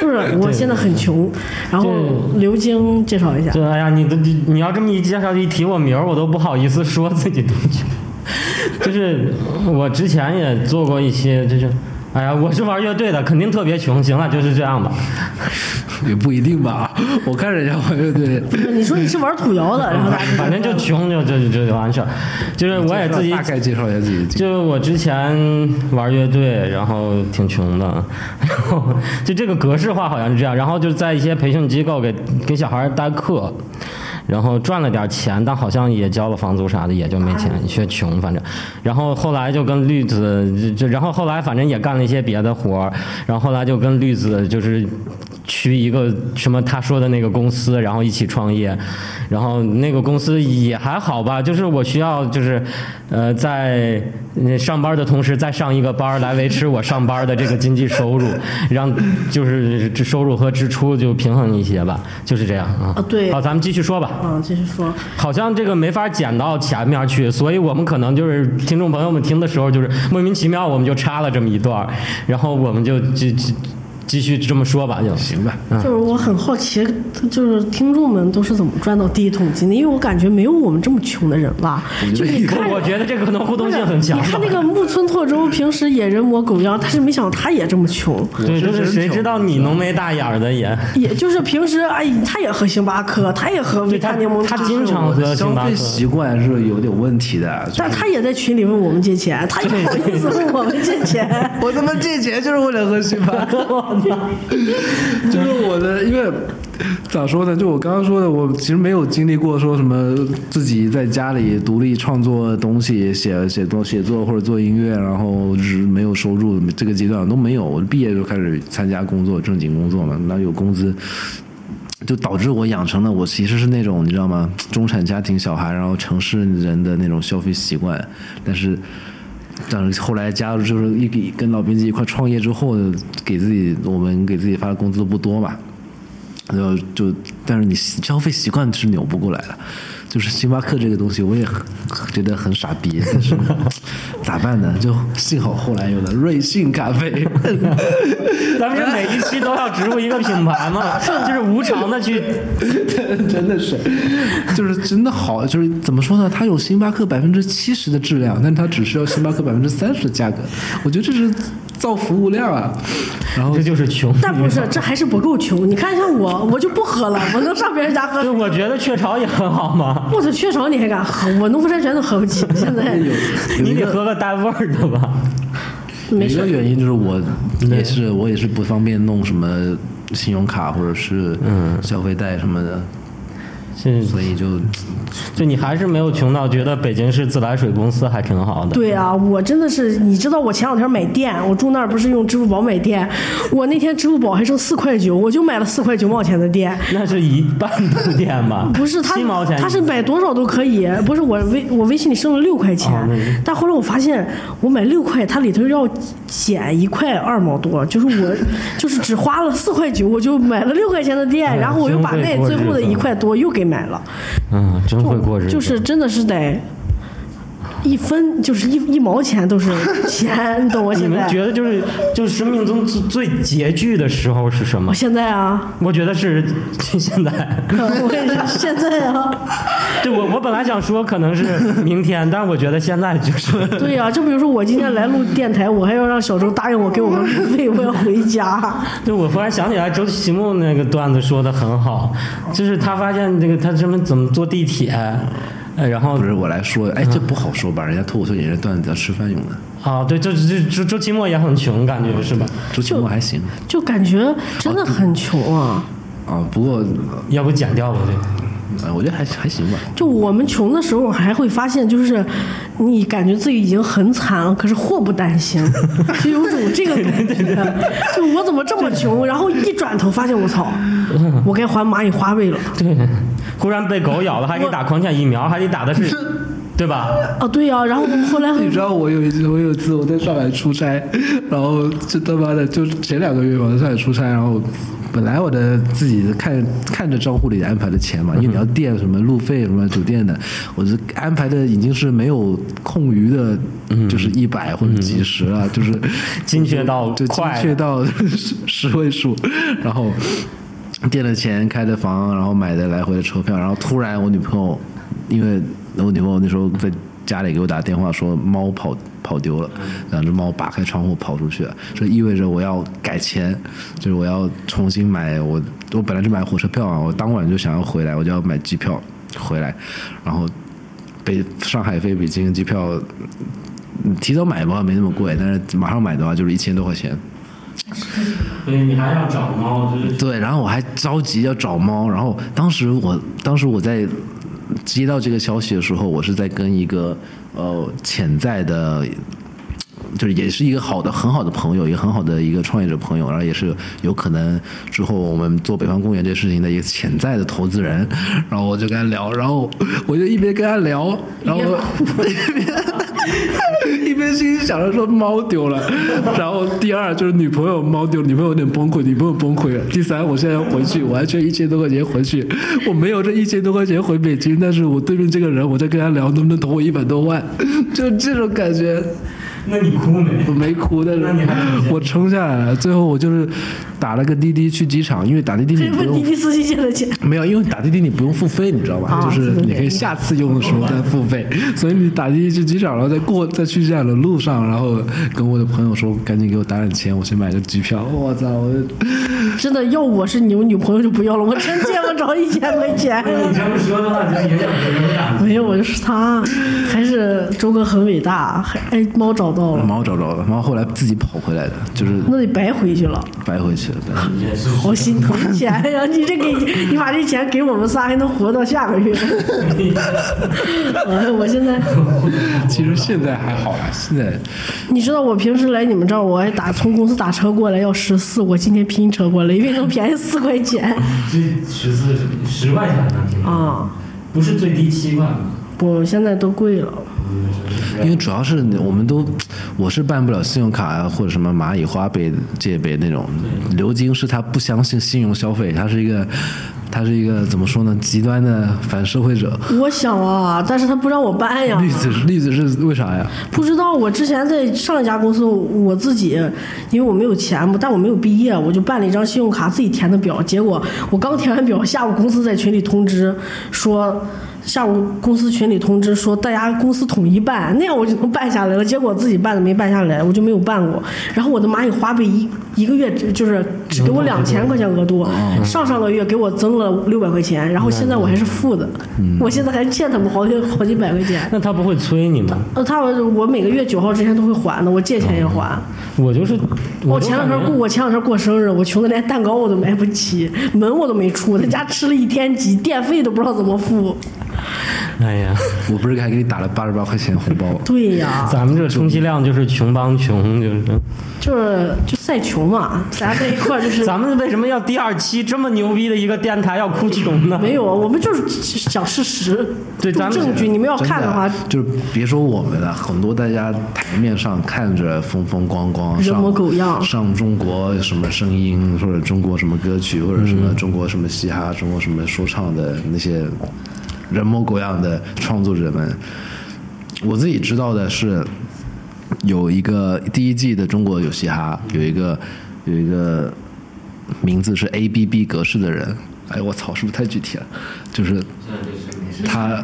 [SPEAKER 2] 就是我现在很穷。然后刘晶介绍一下。
[SPEAKER 3] 对，哎呀，你都你你要这么一介绍一提我名儿，我都不好意思说自己东西。 *laughs* 就是我之前也做过一些，就是哎呀，我是玩乐队的，肯定特别穷。行了，就是这
[SPEAKER 2] *laughs*
[SPEAKER 3] 样吧。
[SPEAKER 1] 也不一定吧。 *laughs* 我看人家玩乐队，
[SPEAKER 2] 你说你是玩土窑的，然后大家就
[SPEAKER 3] 反正就穷就就就就完事儿。就是 *laughs* 我也自己
[SPEAKER 1] 大概介绍一下自己的经历。
[SPEAKER 3] 就我之前玩乐队，然后挺穷的， *laughs* 然后就这个格式化好像是这样，然后就是在一些培训机构给给小孩代课，然后赚了点钱，但好像也交了房租啥的，也就没钱，学穷反正。然后后来就跟绿子，就就然后后来反正也干了一些别的活儿，然后后来就跟绿子就是去一个什么他说的那个公司，然后一起创业，然后那个公司也还好吧，就是我需要就是呃在呃上班的同时再上一个班儿来维持我上班的这个经济收入，让就是这收入和支出就平衡一些吧，就是这样啊。
[SPEAKER 2] 啊对
[SPEAKER 3] 好，咱们继续说吧。
[SPEAKER 2] 嗯，继续说。
[SPEAKER 3] 好像这个没法剪到前面去，所以我们可能就是听众朋友们听的时候，就是莫名其妙我们就插了这么一段儿，然后我们就继继继续这么说吧，就
[SPEAKER 1] 行吧，
[SPEAKER 3] 啊
[SPEAKER 2] 就是我很好奇，就是听众们都是怎么赚到第一桶金的？因为我感觉没有我们这么穷的人吧。就你看，
[SPEAKER 3] 我觉得这个可能互动性很强
[SPEAKER 2] 你
[SPEAKER 3] 吧。
[SPEAKER 2] 看那个木村拓周平时也人模狗样，但是没想到他也这么穷，
[SPEAKER 3] 对，就是谁知道你浓眉大眼儿的也，
[SPEAKER 2] *laughs* 也就是平时哎，他也喝星巴克，他也喝维
[SPEAKER 3] 对
[SPEAKER 2] 他
[SPEAKER 3] 他
[SPEAKER 2] 柠檬茶，
[SPEAKER 3] 他经常喝
[SPEAKER 1] 消
[SPEAKER 3] 星巴克
[SPEAKER 1] 费。
[SPEAKER 3] *laughs*
[SPEAKER 1] 习惯是有点问题的。就是
[SPEAKER 2] 但他也在群里问我们借钱，他也不好意思问我们借
[SPEAKER 3] *laughs*
[SPEAKER 2] 钱。
[SPEAKER 1] *laughs* 我他妈借钱就是为了喝星巴克， *laughs* 就是我的，因为咋说呢？就我刚刚说的，我其实没有经历过说什么自己在家里独立创作东西，写写作、写作或者做音乐，然后是没有收入这个阶段都没有。我毕业就开始参加工作，正经工作嘛，那有工资。就导致我养成了我其实是那种你知道吗？中产家庭小孩，然后城市人的那种消费习惯，但是但是后来加入就是一起跟老编辑一块创业之后，给自己我们给自己发的工资不多嘛，然后就但是你消费习惯是扭不过来的，就是星巴克这个东西我也很觉得很傻逼，但是 *laughs* 咋办呢？就幸好后来有了瑞幸咖啡，
[SPEAKER 3] 咱们是每一期都要植入一个品
[SPEAKER 2] *laughs*
[SPEAKER 3] 牌嘛，就是无偿的去，
[SPEAKER 1] *laughs* 真的是，就是真的好，就是怎么说呢？它有星巴克百分之七十的质量，但它只需要星巴克百分之三十的价格，我觉得这是造福无量啊。然后
[SPEAKER 3] 这就是穷。
[SPEAKER 2] 但不是，这还是不够穷。你看像我，我就不喝了，我能上别人家喝
[SPEAKER 3] 对，我觉得雀巢也很好嘛，
[SPEAKER 2] 我操，雀巢你还敢喝？我农夫山泉都喝不起，现
[SPEAKER 3] 哎
[SPEAKER 2] 在
[SPEAKER 3] 你得喝个带味儿的吧。
[SPEAKER 2] 没
[SPEAKER 1] 一个
[SPEAKER 2] 事。
[SPEAKER 1] 原因就是我也是我也是不方便弄什么信用卡或者是
[SPEAKER 2] 嗯
[SPEAKER 1] 消费贷什么的，
[SPEAKER 3] 是，
[SPEAKER 1] 所以就
[SPEAKER 3] 就你还是没有穷到觉得北京市自来水公司还挺好的。
[SPEAKER 2] 对啊，我真的是，你知道我前两天买电，我住那儿不是用支付宝买电，我那天支付宝还剩四块九，我就买了四块九毛钱的电。
[SPEAKER 3] 那是一半度电吧？
[SPEAKER 2] 不是他
[SPEAKER 3] 七毛钱，，
[SPEAKER 2] 他是买多少都可以。不是我微我微信里剩了六块钱，
[SPEAKER 3] 啊
[SPEAKER 2] 但后来我发现我买六块，它里头要减一块二毛多，就是
[SPEAKER 3] *laughs*
[SPEAKER 2] 我就是只花了四块九，我就买了六块钱的
[SPEAKER 3] 哎
[SPEAKER 2] 电，然后我又把
[SPEAKER 3] 真会
[SPEAKER 2] 那
[SPEAKER 3] 过
[SPEAKER 2] 最后的
[SPEAKER 3] 日子
[SPEAKER 2] 一块多又给买了。
[SPEAKER 3] 嗯，真会过日子。
[SPEAKER 2] 就是真的是得一分就是一一毛钱都是钱，你懂我
[SPEAKER 3] 你
[SPEAKER 2] 现
[SPEAKER 3] 们
[SPEAKER 2] 在？
[SPEAKER 3] 觉得就是就是生命中最最拮据的时候是什么
[SPEAKER 2] 我？现在
[SPEAKER 3] *laughs*
[SPEAKER 2] 啊，
[SPEAKER 3] 我觉得是就现在。 *laughs*
[SPEAKER 2] 我也是现在啊，
[SPEAKER 3] 对我我本来想说可能是明天， *laughs* 但我觉得现在就是。 *laughs*
[SPEAKER 2] 对呀、就比如说我今天来录电台，我还要让小周答应我给我个路费，我要回家。
[SPEAKER 3] 对，我忽然想起来周奇墨那个段子说的很好，就是他发现这个他什么怎么坐地铁，呃然后
[SPEAKER 1] 不是我来说，
[SPEAKER 2] 嗯
[SPEAKER 1] 哎，这不好说吧？人家脱口秀演员段子要吃饭用的，
[SPEAKER 3] 啊，对，周周周周奇墨也很穷，感觉是吧？
[SPEAKER 1] 周奇墨还行
[SPEAKER 2] 就感觉真的很穷啊！
[SPEAKER 1] 啊，不过
[SPEAKER 3] 要不剪掉吧这个。 *laughs*
[SPEAKER 1] 呃我觉得还还行吧。
[SPEAKER 2] 就我们穷的时候，还会发现，就是你感觉自己已经很惨了，可是祸不单行，就有种这个感
[SPEAKER 3] *laughs*
[SPEAKER 2] 觉。就我怎么这么穷？然后一转头发现，我
[SPEAKER 3] *laughs*
[SPEAKER 2] 操，我该还蚂蚁花呗了。
[SPEAKER 3] 对，忽然被狗咬了，还得打狂犬疫苗，还得打的是对吧？
[SPEAKER 2] 啊，对呀、然后我们后来
[SPEAKER 1] 你知道我有一次，我有一次我在上海出差，然后就他妈的，就前两个月我在上海出差，然后本来我的自己看看着账户里安排的钱嘛，因为你要垫什么路费、什么酒店的，我是安排的已经是没有空余的，就是一百或者几十了，就是
[SPEAKER 3] 精确到
[SPEAKER 1] 就精
[SPEAKER 3] 快
[SPEAKER 1] 确到十十位数，然后垫了钱、开的房，然后买的来回的车票，然后突然我女朋友，因为我女朋友那时候在家里给我打电话说猫跑跑丢了，
[SPEAKER 3] 嗯
[SPEAKER 1] 两只猫扒开窗户跑出去了，这意味着我要改签，就是我要重新买我我本来是买火车票啊，我当晚就想要回来，我就要买机票回来，然后北上海飞北京的机票。嗯提早买吧，没那么贵，但是马上买的话就是一千多块钱。
[SPEAKER 3] 对你还要找猫，就是
[SPEAKER 1] 对，然后我还着急要找猫，然后当时我当时我在接到这个消息的时候，我是在跟一个呃潜在的。就是也是一个好的很好的朋友，一个很好的一个创业者朋友，然后也是有可能之后我们做北方公园这事情的一个潜在的投资人，然后我就跟他聊，然后我就一边跟他聊，然后我一边一边心里想着说猫丢了，然后第二就是女朋友猫丢，女朋友有点崩溃，女朋友崩溃了。第三，我现在要回去，我还缺一千多块钱回去，我没有这一千多块钱回北京，但是我对面这个人，我在跟他聊能不能投我一百多万，就这种感觉。
[SPEAKER 3] 那你哭没？
[SPEAKER 1] 我没哭，但是
[SPEAKER 3] 那你还挺
[SPEAKER 1] 我撑下来了。最后我就是打了个滴滴去机场，因为打滴滴你不
[SPEAKER 2] 被 *laughs* 问滴
[SPEAKER 1] 用
[SPEAKER 2] 滴司机借的钱，
[SPEAKER 1] 没有，因为打滴滴你不用付费，你知道吧？
[SPEAKER 2] 啊
[SPEAKER 1] 就是你可以下次用的时候再付费，所以你打滴滴去机场，然后再过再去机场的路上，然后跟我的朋友说，赶紧给我打点钱，我去买个机票。我操！我就
[SPEAKER 2] 真的要我是你我女朋友就不要了，我真见不着一千块钱。
[SPEAKER 3] 你这么说的话，就是影响影响。
[SPEAKER 2] 没有，我就是他，还是周哥很伟大，还哎猫找到了，
[SPEAKER 1] 猫找着了，猫后来自己跑回来的，就是
[SPEAKER 2] 那得白回去了，
[SPEAKER 1] 白回去了。但是
[SPEAKER 2] 好心疼钱呀！ *laughs* 你这给你把这钱给我们仨，还能活到下个月。 *laughs* 哎，我现在
[SPEAKER 1] 其实现在还好啦，现在
[SPEAKER 2] 你知道我平时来你们这儿，我还打从公司打车过来要十四，我今天拼车过来，因为能便宜四块钱
[SPEAKER 3] 这十四十块钱呢，挺好
[SPEAKER 2] 啊！
[SPEAKER 3] 不是最低七块吗？
[SPEAKER 2] 不，现在都贵了。
[SPEAKER 1] 因为主要是我们都，我是办不了信用卡啊，或者什么蚂蚁花呗、借呗那种。刘晶是他不相信信用消费，他是一个，他是一个怎么说呢，极端的反社会者。
[SPEAKER 2] 我想啊，但是他不让我办
[SPEAKER 1] *laughs*
[SPEAKER 2] 呀。
[SPEAKER 1] 例子是例子是为啥呀？
[SPEAKER 2] 不知道，我之前在上一家公司，我自己因为我没有钱嘛，但我没有毕业，我就办了一张信用卡，自己填的表。结果我刚填完表，下午公司在群里通知说，下午公司群里通知说大家公司统一办，那样我就能办下来了。结果自己办的没办下来，我就没有办过。然后我的蚂蚁花呗一一个月只就是只给我两千块钱额度，上上个月给我增了六百块钱，然后现在我还是负的，我现在还欠他们好几好几百块钱。
[SPEAKER 3] 那他不会催你吗？
[SPEAKER 2] 呃，他我我每个月九号之前都会还的，我借钱也还。
[SPEAKER 3] 嗯我就是
[SPEAKER 2] 我
[SPEAKER 3] 都
[SPEAKER 2] 前两
[SPEAKER 3] 感
[SPEAKER 2] 天
[SPEAKER 3] 觉
[SPEAKER 2] 过，我前两天过生日，我穷的连蛋糕我都买不起，门我都没出，在家吃了一天鸡，电费都不知道怎么付。
[SPEAKER 3] 哎呀，
[SPEAKER 1] 我不是还给你打了八十八块钱红包？
[SPEAKER 2] 对呀，
[SPEAKER 3] 咱们这充其量就是穷帮穷，就是。
[SPEAKER 2] 就是就赛穷嘛，大家在一块儿就是
[SPEAKER 3] 咱们为什么要第二期这么牛逼的一个电台要哭穷呢？
[SPEAKER 2] 没有，啊我们就是讲事实，
[SPEAKER 3] 对
[SPEAKER 2] 重
[SPEAKER 3] 咱们
[SPEAKER 2] 证据，你们要
[SPEAKER 1] 真
[SPEAKER 2] 看的话，
[SPEAKER 1] 就是别说我们了，很多大家台面上看着风风光光，
[SPEAKER 2] 人
[SPEAKER 1] 上
[SPEAKER 2] 模狗样
[SPEAKER 1] 上中国什么声音，或者中国什么歌曲，或者什
[SPEAKER 2] 嗯
[SPEAKER 1] 么中国什么嘻哈，中国什么说唱的那些人模狗样的创作者们，我自己知道的是，有一个第一季的中国有嘻哈，有一个有一个名字是 A B B 格式的人。哎，我操，是不是太具体了？就是他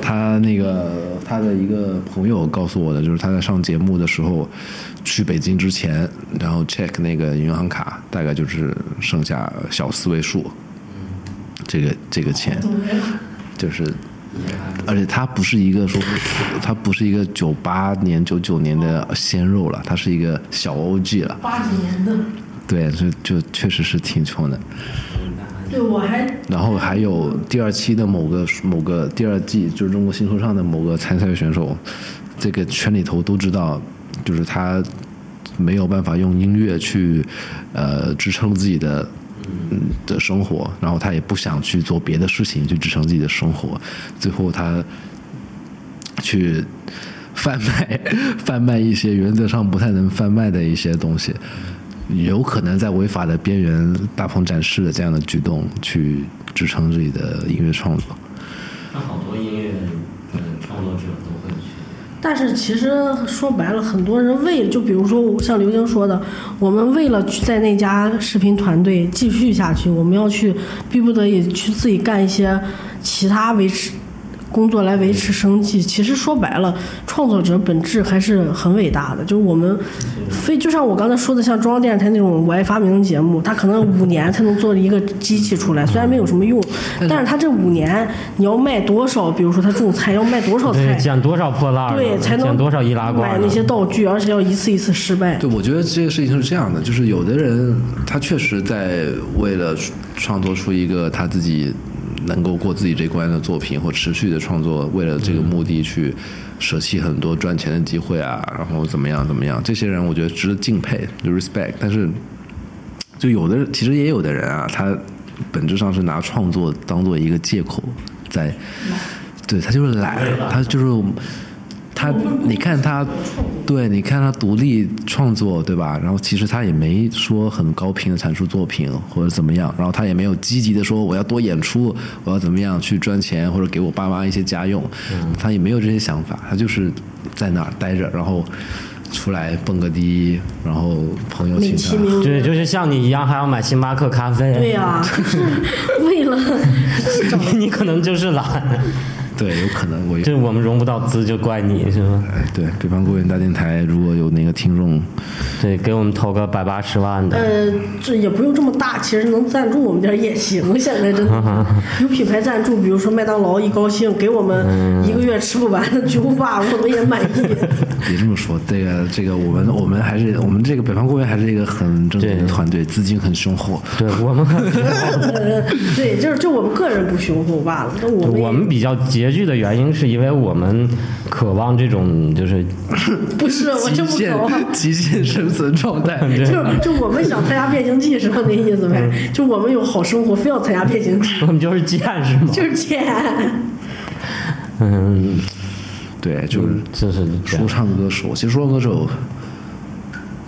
[SPEAKER 1] 他那个他的一个朋友告诉我的，就是他在上节目的时候，去北京之前，然后 check 那个银行卡，大概就是剩下小四位数，这个这个钱，就是。而且他不是一个说，他不是一个九八年、九九年的鲜肉了，他是一个小 OG 了。
[SPEAKER 2] 八几年的，
[SPEAKER 1] 对，就就确实是挺穷的。
[SPEAKER 2] 对我还
[SPEAKER 1] 然后还有第二期的某个某个第二季，就是中国新说唱的某个参赛选手，这个圈里头都知道，就是他没有办法用音乐去呃支撑自己的嗯的生活，然后他也不想去做别的事情去支撑自己的生活，最后他去贩卖 *laughs* 贩卖一些原则上不太能贩卖的一些东西，有可能在违法的边缘大鹏展示的这样的举动去支撑自己的音乐创作。
[SPEAKER 3] 那好多音乐嗯创作者都会去。
[SPEAKER 2] 但是其实说白了，很多人为就比如说像刘晶说的，我们为了去在那家视频团队继续下去，我们要去逼不得已去自己干一些其他维持工作来维持生计。其实说白了，创作者本质还是很伟大的。就是我们非就像我刚才说的，像中央电视台那种“我爱发明”节目，它可能五年才能做一个机器出来，虽然没有什么用，但是它这五年你要卖多少？比如说它种菜要卖多少
[SPEAKER 3] 对，
[SPEAKER 2] 哦菜？
[SPEAKER 3] 捡多少破烂儿呢？
[SPEAKER 2] 对，才能
[SPEAKER 3] 捡多少易拉罐
[SPEAKER 2] 买
[SPEAKER 3] 儿啊
[SPEAKER 2] 那
[SPEAKER 3] 呢？
[SPEAKER 2] 些道具，而且要一次一次失败。
[SPEAKER 1] 对，我觉得这件事情是这样的，就是有的人他确实在为了创作出一个他自己能够过自己这关的作品，或持续的创作，为了这个目的去舍弃很多赚钱的机会啊，然后怎么样怎么样，这些人我觉得值得敬佩，就 respect。但是，就有的其实也有的人啊，他本质上是拿创作当做一个借口在，对他就是懒，他就是。他，你看他，对，你看他独立创作，对吧？然后其实他也没说很高频的产出作品或者怎么样，然后他也没有积极的说我要多演出，我要怎么样去赚钱或者给我爸妈一些家用，他也没有这些想法，他就是在那儿待着，然后出来蹦个迪，然后朋友
[SPEAKER 2] 美
[SPEAKER 1] 请
[SPEAKER 2] 其
[SPEAKER 1] 他。
[SPEAKER 2] 名
[SPEAKER 3] 对，就是像你一样，还要买星巴克咖啡。
[SPEAKER 2] 对呀、就是为了
[SPEAKER 3] *laughs* 你可能就是懒， *laughs*
[SPEAKER 1] 对，有可能我也
[SPEAKER 3] 这我们融不到资就怪你是吗？
[SPEAKER 1] 哎对北方公园大电台，如果有哪个听众，
[SPEAKER 3] 对，给我们投个百八十万的，
[SPEAKER 2] 呃，这也不用这么大，其实能赞助我们点儿也行。现在
[SPEAKER 3] *laughs*
[SPEAKER 2] 真的有品牌赞助，比如说麦当劳，一高兴给我
[SPEAKER 3] 嗯
[SPEAKER 2] 们一个月吃不完的巨无霸，我们也满
[SPEAKER 3] *laughs*
[SPEAKER 2] 意。
[SPEAKER 1] 别这么说，这个这个，我们我们还是我们这个北方公园还是一个很正经的
[SPEAKER 3] 对
[SPEAKER 1] 团队，资金很雄厚。
[SPEAKER 3] 对我们
[SPEAKER 2] 呃，对，就是就我们个人不雄厚罢了，那我们也
[SPEAKER 3] 我们比较拮据的原因，是因为我们渴望这种就是
[SPEAKER 2] 不是，我
[SPEAKER 1] 极
[SPEAKER 2] 真不
[SPEAKER 1] 限
[SPEAKER 2] 懂。
[SPEAKER 3] *laughs*
[SPEAKER 1] 极限生存状态。
[SPEAKER 2] 就是就我们想参加变形记是吧？那意思呗，
[SPEAKER 3] 嗯
[SPEAKER 2] 就我们有好生活，非要参加变形记，
[SPEAKER 3] 我们就是见识嘛，
[SPEAKER 2] 就是贱。
[SPEAKER 3] 嗯，
[SPEAKER 1] 对，就是
[SPEAKER 3] 就是这
[SPEAKER 1] 说
[SPEAKER 3] 样
[SPEAKER 1] 唱歌手，其实说唱歌手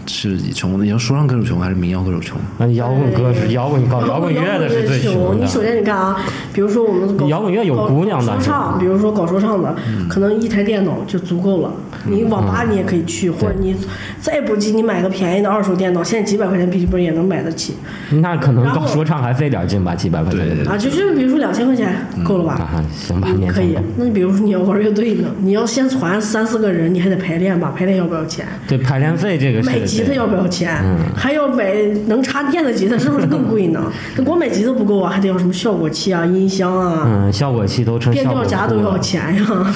[SPEAKER 1] 是穷的。你要说唱歌手穷还是民谣歌手穷？
[SPEAKER 3] 那摇滚歌是摇滚搞摇滚乐的是最
[SPEAKER 2] 穷
[SPEAKER 3] 穷
[SPEAKER 2] 你首
[SPEAKER 3] 的，
[SPEAKER 2] 先你看啊，比如说我们搞
[SPEAKER 3] 摇滚乐有姑娘的嗯
[SPEAKER 2] 搞说唱，比如说搞说唱的，可能一台电脑就足够了。你网吧你也可以去，
[SPEAKER 3] 嗯
[SPEAKER 2] 或者你再不济你买个便宜的二手电脑，现在几百块钱笔记本也能买得起
[SPEAKER 3] 那可能
[SPEAKER 2] 然
[SPEAKER 3] 搞
[SPEAKER 2] 后
[SPEAKER 3] 说唱还费点劲吧，几百块钱
[SPEAKER 2] 啊。就就比如说两千块钱够了吧？
[SPEAKER 3] 啊，行吧，
[SPEAKER 2] 你
[SPEAKER 3] 勉
[SPEAKER 2] 可以
[SPEAKER 3] 强吧。。
[SPEAKER 2] 那比如说你要玩乐队呢，你要先团三四个人，你还得排练吧？排练要不要钱？
[SPEAKER 3] 对嗯排练费这个是
[SPEAKER 2] 买吉他要不要钱？还要买能插电的吉他，是不是更贵呢？那光买吉他不够啊，还得要什么效果器啊、音箱啊。
[SPEAKER 3] 嗯，效果器都成
[SPEAKER 2] 变
[SPEAKER 3] 效
[SPEAKER 2] 调
[SPEAKER 3] 果
[SPEAKER 2] 夹
[SPEAKER 3] 裤
[SPEAKER 2] 都要
[SPEAKER 3] 了
[SPEAKER 2] 钱呀，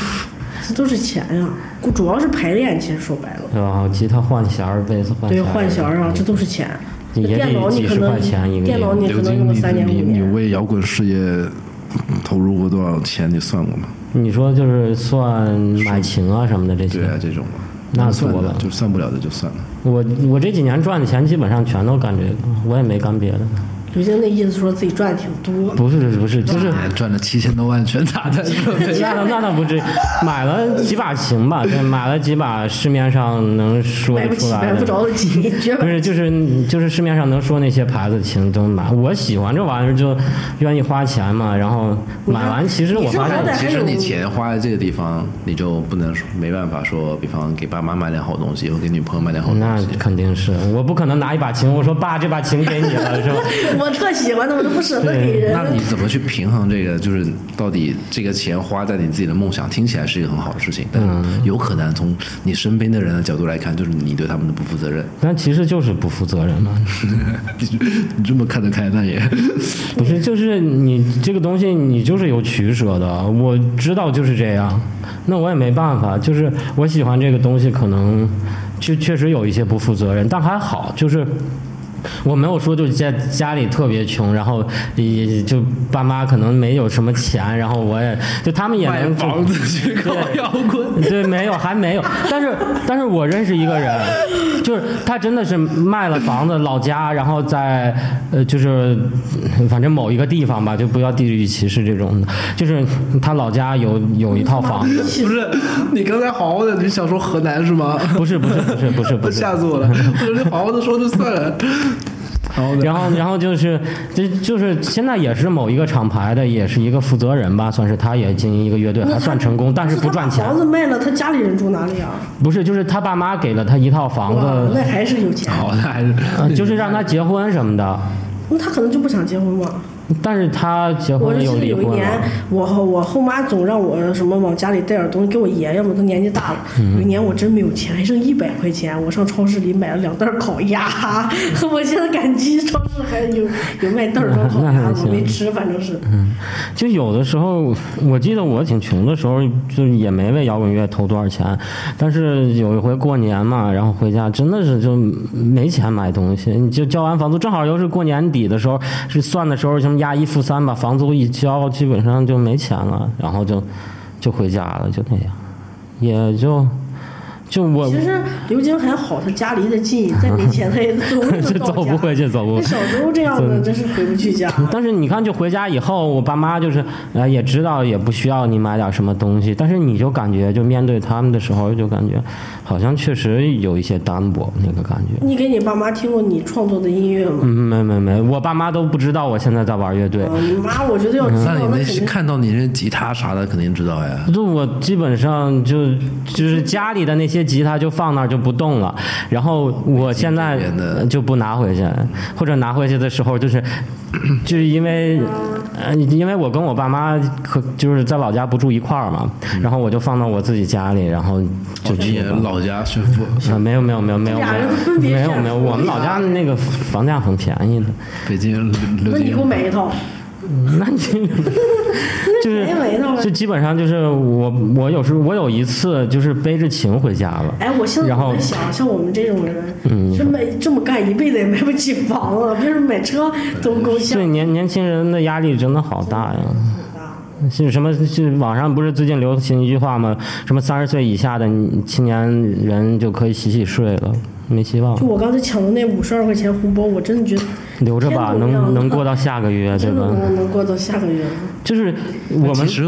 [SPEAKER 2] 这都是钱呀，主要是排练。其实说白了，
[SPEAKER 3] 对吧？吉他换弦儿，贝斯换
[SPEAKER 2] 对
[SPEAKER 3] 弦儿
[SPEAKER 2] 换弦儿啊，这都是钱。
[SPEAKER 3] 也得
[SPEAKER 2] 电脑你可能
[SPEAKER 3] 几十块钱一个
[SPEAKER 2] 电脑你可
[SPEAKER 1] 刘
[SPEAKER 2] 能
[SPEAKER 1] 晶，
[SPEAKER 2] 用个
[SPEAKER 1] 你
[SPEAKER 2] 三年五
[SPEAKER 1] 你你
[SPEAKER 2] 年。
[SPEAKER 1] 为摇滚事业投入过多少钱？你算过吗？
[SPEAKER 3] 你说就是算买琴啊什么的这
[SPEAKER 1] 对
[SPEAKER 3] 些
[SPEAKER 1] 啊，，这种嘛，
[SPEAKER 3] 那
[SPEAKER 1] 能算
[SPEAKER 3] 多
[SPEAKER 1] 的
[SPEAKER 3] 了
[SPEAKER 1] 就算不了的就算了。
[SPEAKER 3] 我我这几年赚的钱基本上全都干这个，我也没干别的。
[SPEAKER 2] 刘晶那意思说自己赚的挺多，
[SPEAKER 3] 不是不是，就是
[SPEAKER 1] 哎赚了七千多万全砸在这儿
[SPEAKER 3] 那倒那倒不至于，买了几把琴吧，对，买了几把市面上能说
[SPEAKER 2] 买
[SPEAKER 3] 得
[SPEAKER 2] 不
[SPEAKER 3] 出
[SPEAKER 2] 起，
[SPEAKER 3] 来
[SPEAKER 2] 买
[SPEAKER 3] 的
[SPEAKER 2] 不。着
[SPEAKER 3] *laughs*
[SPEAKER 2] 的急，绝
[SPEAKER 3] 不
[SPEAKER 2] 版。
[SPEAKER 3] 是，就是就是市面上能说那些牌子琴都买，我喜欢这玩意儿就愿意花钱嘛。然后买完，其实我发
[SPEAKER 2] 你是好歹
[SPEAKER 3] 现
[SPEAKER 1] 其实你钱花在这个地方，你就不能说没办法说，比方给爸妈买点好东西，或给女朋友买点好东
[SPEAKER 3] 那
[SPEAKER 1] 西。
[SPEAKER 3] 肯定是，我不可能拿一把琴，我说爸，这把琴给你了，是吧？
[SPEAKER 2] 我特喜欢的，我都不舍得
[SPEAKER 3] 对
[SPEAKER 2] 给人。
[SPEAKER 1] 那你怎么去平衡这个？就是到底这个钱花在你自己的梦想，听起来是一个很好的事情，但
[SPEAKER 3] 嗯
[SPEAKER 1] 有可能从你身边的人的角度来看，就是你对他们的不负责任。 *laughs*
[SPEAKER 3] 但其实就是不负责任嘛。
[SPEAKER 1] 你这么看得开，那也
[SPEAKER 3] 不是，就是你这个东西，你就是有取舍的。我知道就是这样，那我也没办法。就是我喜欢这个东西，可能确确实有一些不负责任，但还好，就是我没有说就是在家里特别穷，然后也就爸妈可能没有什么钱，然后我也就他们也能
[SPEAKER 1] 房子
[SPEAKER 3] *laughs*
[SPEAKER 1] 去搞摇滚，
[SPEAKER 3] 对，没有，还没有。但是，但是我认识一个人，就是他真的是卖了房子、老家，然后在呃，就是反正某一个地方吧，就不要地域歧视这种的。就是他老家有有一套房子，
[SPEAKER 1] 不是？你刚才好好的，你想说河南是吗？
[SPEAKER 3] 不是，不是，不是，不是，不是。
[SPEAKER 1] *laughs* 吓死我了！我说你好好的说就算了，然后呢？
[SPEAKER 3] *laughs* 然后，然后就是，就就是现在也是某一个厂牌的，也是一个负责人吧，算是他也经营一个乐队，还算成功，但是不赚钱
[SPEAKER 2] 房。子卖了，他家里人住哪里啊？
[SPEAKER 3] 不是，就是他爸妈给了他一套房
[SPEAKER 2] 哇，
[SPEAKER 3] 子
[SPEAKER 2] 那，还是有钱。
[SPEAKER 1] 好的还是
[SPEAKER 3] 呃就是让他结婚什么的。
[SPEAKER 2] 那他可能就不想结婚吧。
[SPEAKER 3] 但是他结
[SPEAKER 2] 我
[SPEAKER 3] 婚
[SPEAKER 2] 就
[SPEAKER 3] 又
[SPEAKER 2] 记得
[SPEAKER 3] 离
[SPEAKER 2] 有一
[SPEAKER 3] 婚
[SPEAKER 2] 年
[SPEAKER 3] 了，，
[SPEAKER 2] 我后我后妈总让我什么往家里带点东西给我爷爷嘛，他年纪大了。
[SPEAKER 3] 嗯
[SPEAKER 2] 有一年我真没有钱，还剩一百块钱，我上超市里买了两袋儿烤鸭， *laughs* 我现在感激超市还有有卖袋儿
[SPEAKER 3] *laughs*
[SPEAKER 2] 装烤
[SPEAKER 3] 那
[SPEAKER 2] 鸭，
[SPEAKER 3] 还
[SPEAKER 2] 我
[SPEAKER 3] 行嗯
[SPEAKER 2] 没吃，反正是。
[SPEAKER 3] 就有的时候，我记得我挺穷的时候，就也没为摇滚乐投多少钱。但是有一回过年嘛，然后回家真的是就没钱买东西，你就交完房租，正好又是过年底的时候，是算的时候什么押一付三吧，房租一交，基本上就没钱了，然后就就回家了，就那样，也就就我 *laughs*
[SPEAKER 2] 其实刘晶还好，他家离得近，再没钱他也 *laughs* 走不
[SPEAKER 3] 这
[SPEAKER 2] 了到
[SPEAKER 3] 走
[SPEAKER 2] 家
[SPEAKER 3] 不回嗯去，走不回
[SPEAKER 2] 那
[SPEAKER 3] 去
[SPEAKER 2] 小时候这样的真是回不去家。
[SPEAKER 3] 但是你看，就回家以后，我爸妈就是，呃，也知道也不需要你买点什么东西，但是你就感觉，就面对他们的时候，就感觉好像确实有一些单薄那个感觉。
[SPEAKER 2] 你给你爸妈听过你创作的音乐吗？
[SPEAKER 3] 嗯，没没没，我爸妈都不知道我现在在玩乐队，
[SPEAKER 2] 啊，你妈，我觉得要知道
[SPEAKER 1] 那你
[SPEAKER 2] 那肯
[SPEAKER 1] 那
[SPEAKER 2] 定
[SPEAKER 1] 看到你那吉他啥的，肯定知道呀。
[SPEAKER 3] 就我基本上就就是家里的那些吉他就放那儿就不动了，然后我现在
[SPEAKER 1] 北京这边的
[SPEAKER 3] 就不拿回去，或者拿回去的时候就是 *coughs* 就是因为呃因为我跟我爸妈可就是在老家不住一块儿嘛，然后我就放到我自己家里，然后就
[SPEAKER 1] 就你
[SPEAKER 3] 去
[SPEAKER 1] 也
[SPEAKER 3] 吧。
[SPEAKER 1] 老家炫 *laughs* 富，
[SPEAKER 3] 啊，没有没有没有没有
[SPEAKER 2] 这俩
[SPEAKER 3] 没
[SPEAKER 2] 人分
[SPEAKER 3] 有
[SPEAKER 2] 别啊
[SPEAKER 3] 没有
[SPEAKER 2] 炫
[SPEAKER 3] 没有，
[SPEAKER 2] 富
[SPEAKER 3] 我们老家那个房价很便宜的， *laughs*
[SPEAKER 1] 北京刘刘
[SPEAKER 2] 那你给我
[SPEAKER 1] 金，
[SPEAKER 2] 买一套，
[SPEAKER 3] 那你 *laughs* 就是
[SPEAKER 2] 谁买一套呗
[SPEAKER 3] 就基本上就是我我有时我有一次就是背着琴回家了，
[SPEAKER 2] 哎，我现在
[SPEAKER 3] 然后嗯
[SPEAKER 2] 我在想，像我们这种人，这么这么干一辈子也买不起房了，别说买车都够呛
[SPEAKER 3] 对年年轻人的压力真的好大呀。是什么？是网上不是最近流行一句话吗？什么三十岁以下的青年人就可以洗洗睡了？没希望
[SPEAKER 2] 就，我刚才抢的那五十二块钱红包，我真的觉得
[SPEAKER 3] 留着吧，
[SPEAKER 2] 天都亮了
[SPEAKER 3] 能能过到下个月，对
[SPEAKER 2] *laughs* 真的
[SPEAKER 3] 吧？
[SPEAKER 2] 能能过到下个月。
[SPEAKER 3] 就是我
[SPEAKER 1] 其
[SPEAKER 3] 们
[SPEAKER 1] 实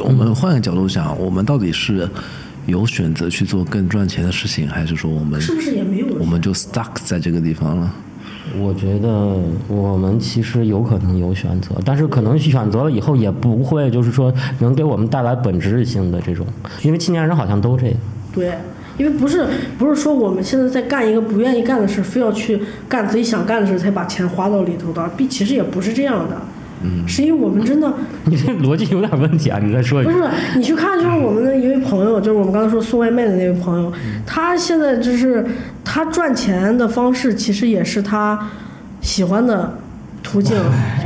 [SPEAKER 1] 我们换个角度想，我们到底是有选择去做更赚钱的事情，还是说我们
[SPEAKER 2] 是不是也没有
[SPEAKER 1] 我
[SPEAKER 2] 人？
[SPEAKER 1] 们就 stuck 在这个地方了？
[SPEAKER 3] 我觉得我们其实有可能有选择，但是可能选择了以后也不会，就是说能给我们带来本质性的这种，因为青年人好像都这样。 *laughs*
[SPEAKER 2] 对，因为不是不是说我们现在在干一个不愿意干的事，非要去干自己想干的事，才把钱花到里头的，并其实也不是这样的。
[SPEAKER 3] 嗯
[SPEAKER 2] 是因为我们真的
[SPEAKER 3] 你这逻辑有点问题啊！你再说一
[SPEAKER 2] 不
[SPEAKER 3] 遍。
[SPEAKER 2] 是你去看，就是我们的一位朋友，就是我们刚才说送外卖的那位朋友，
[SPEAKER 3] 嗯
[SPEAKER 2] 他现在就是他赚钱的方式，其实也是他喜欢的途径，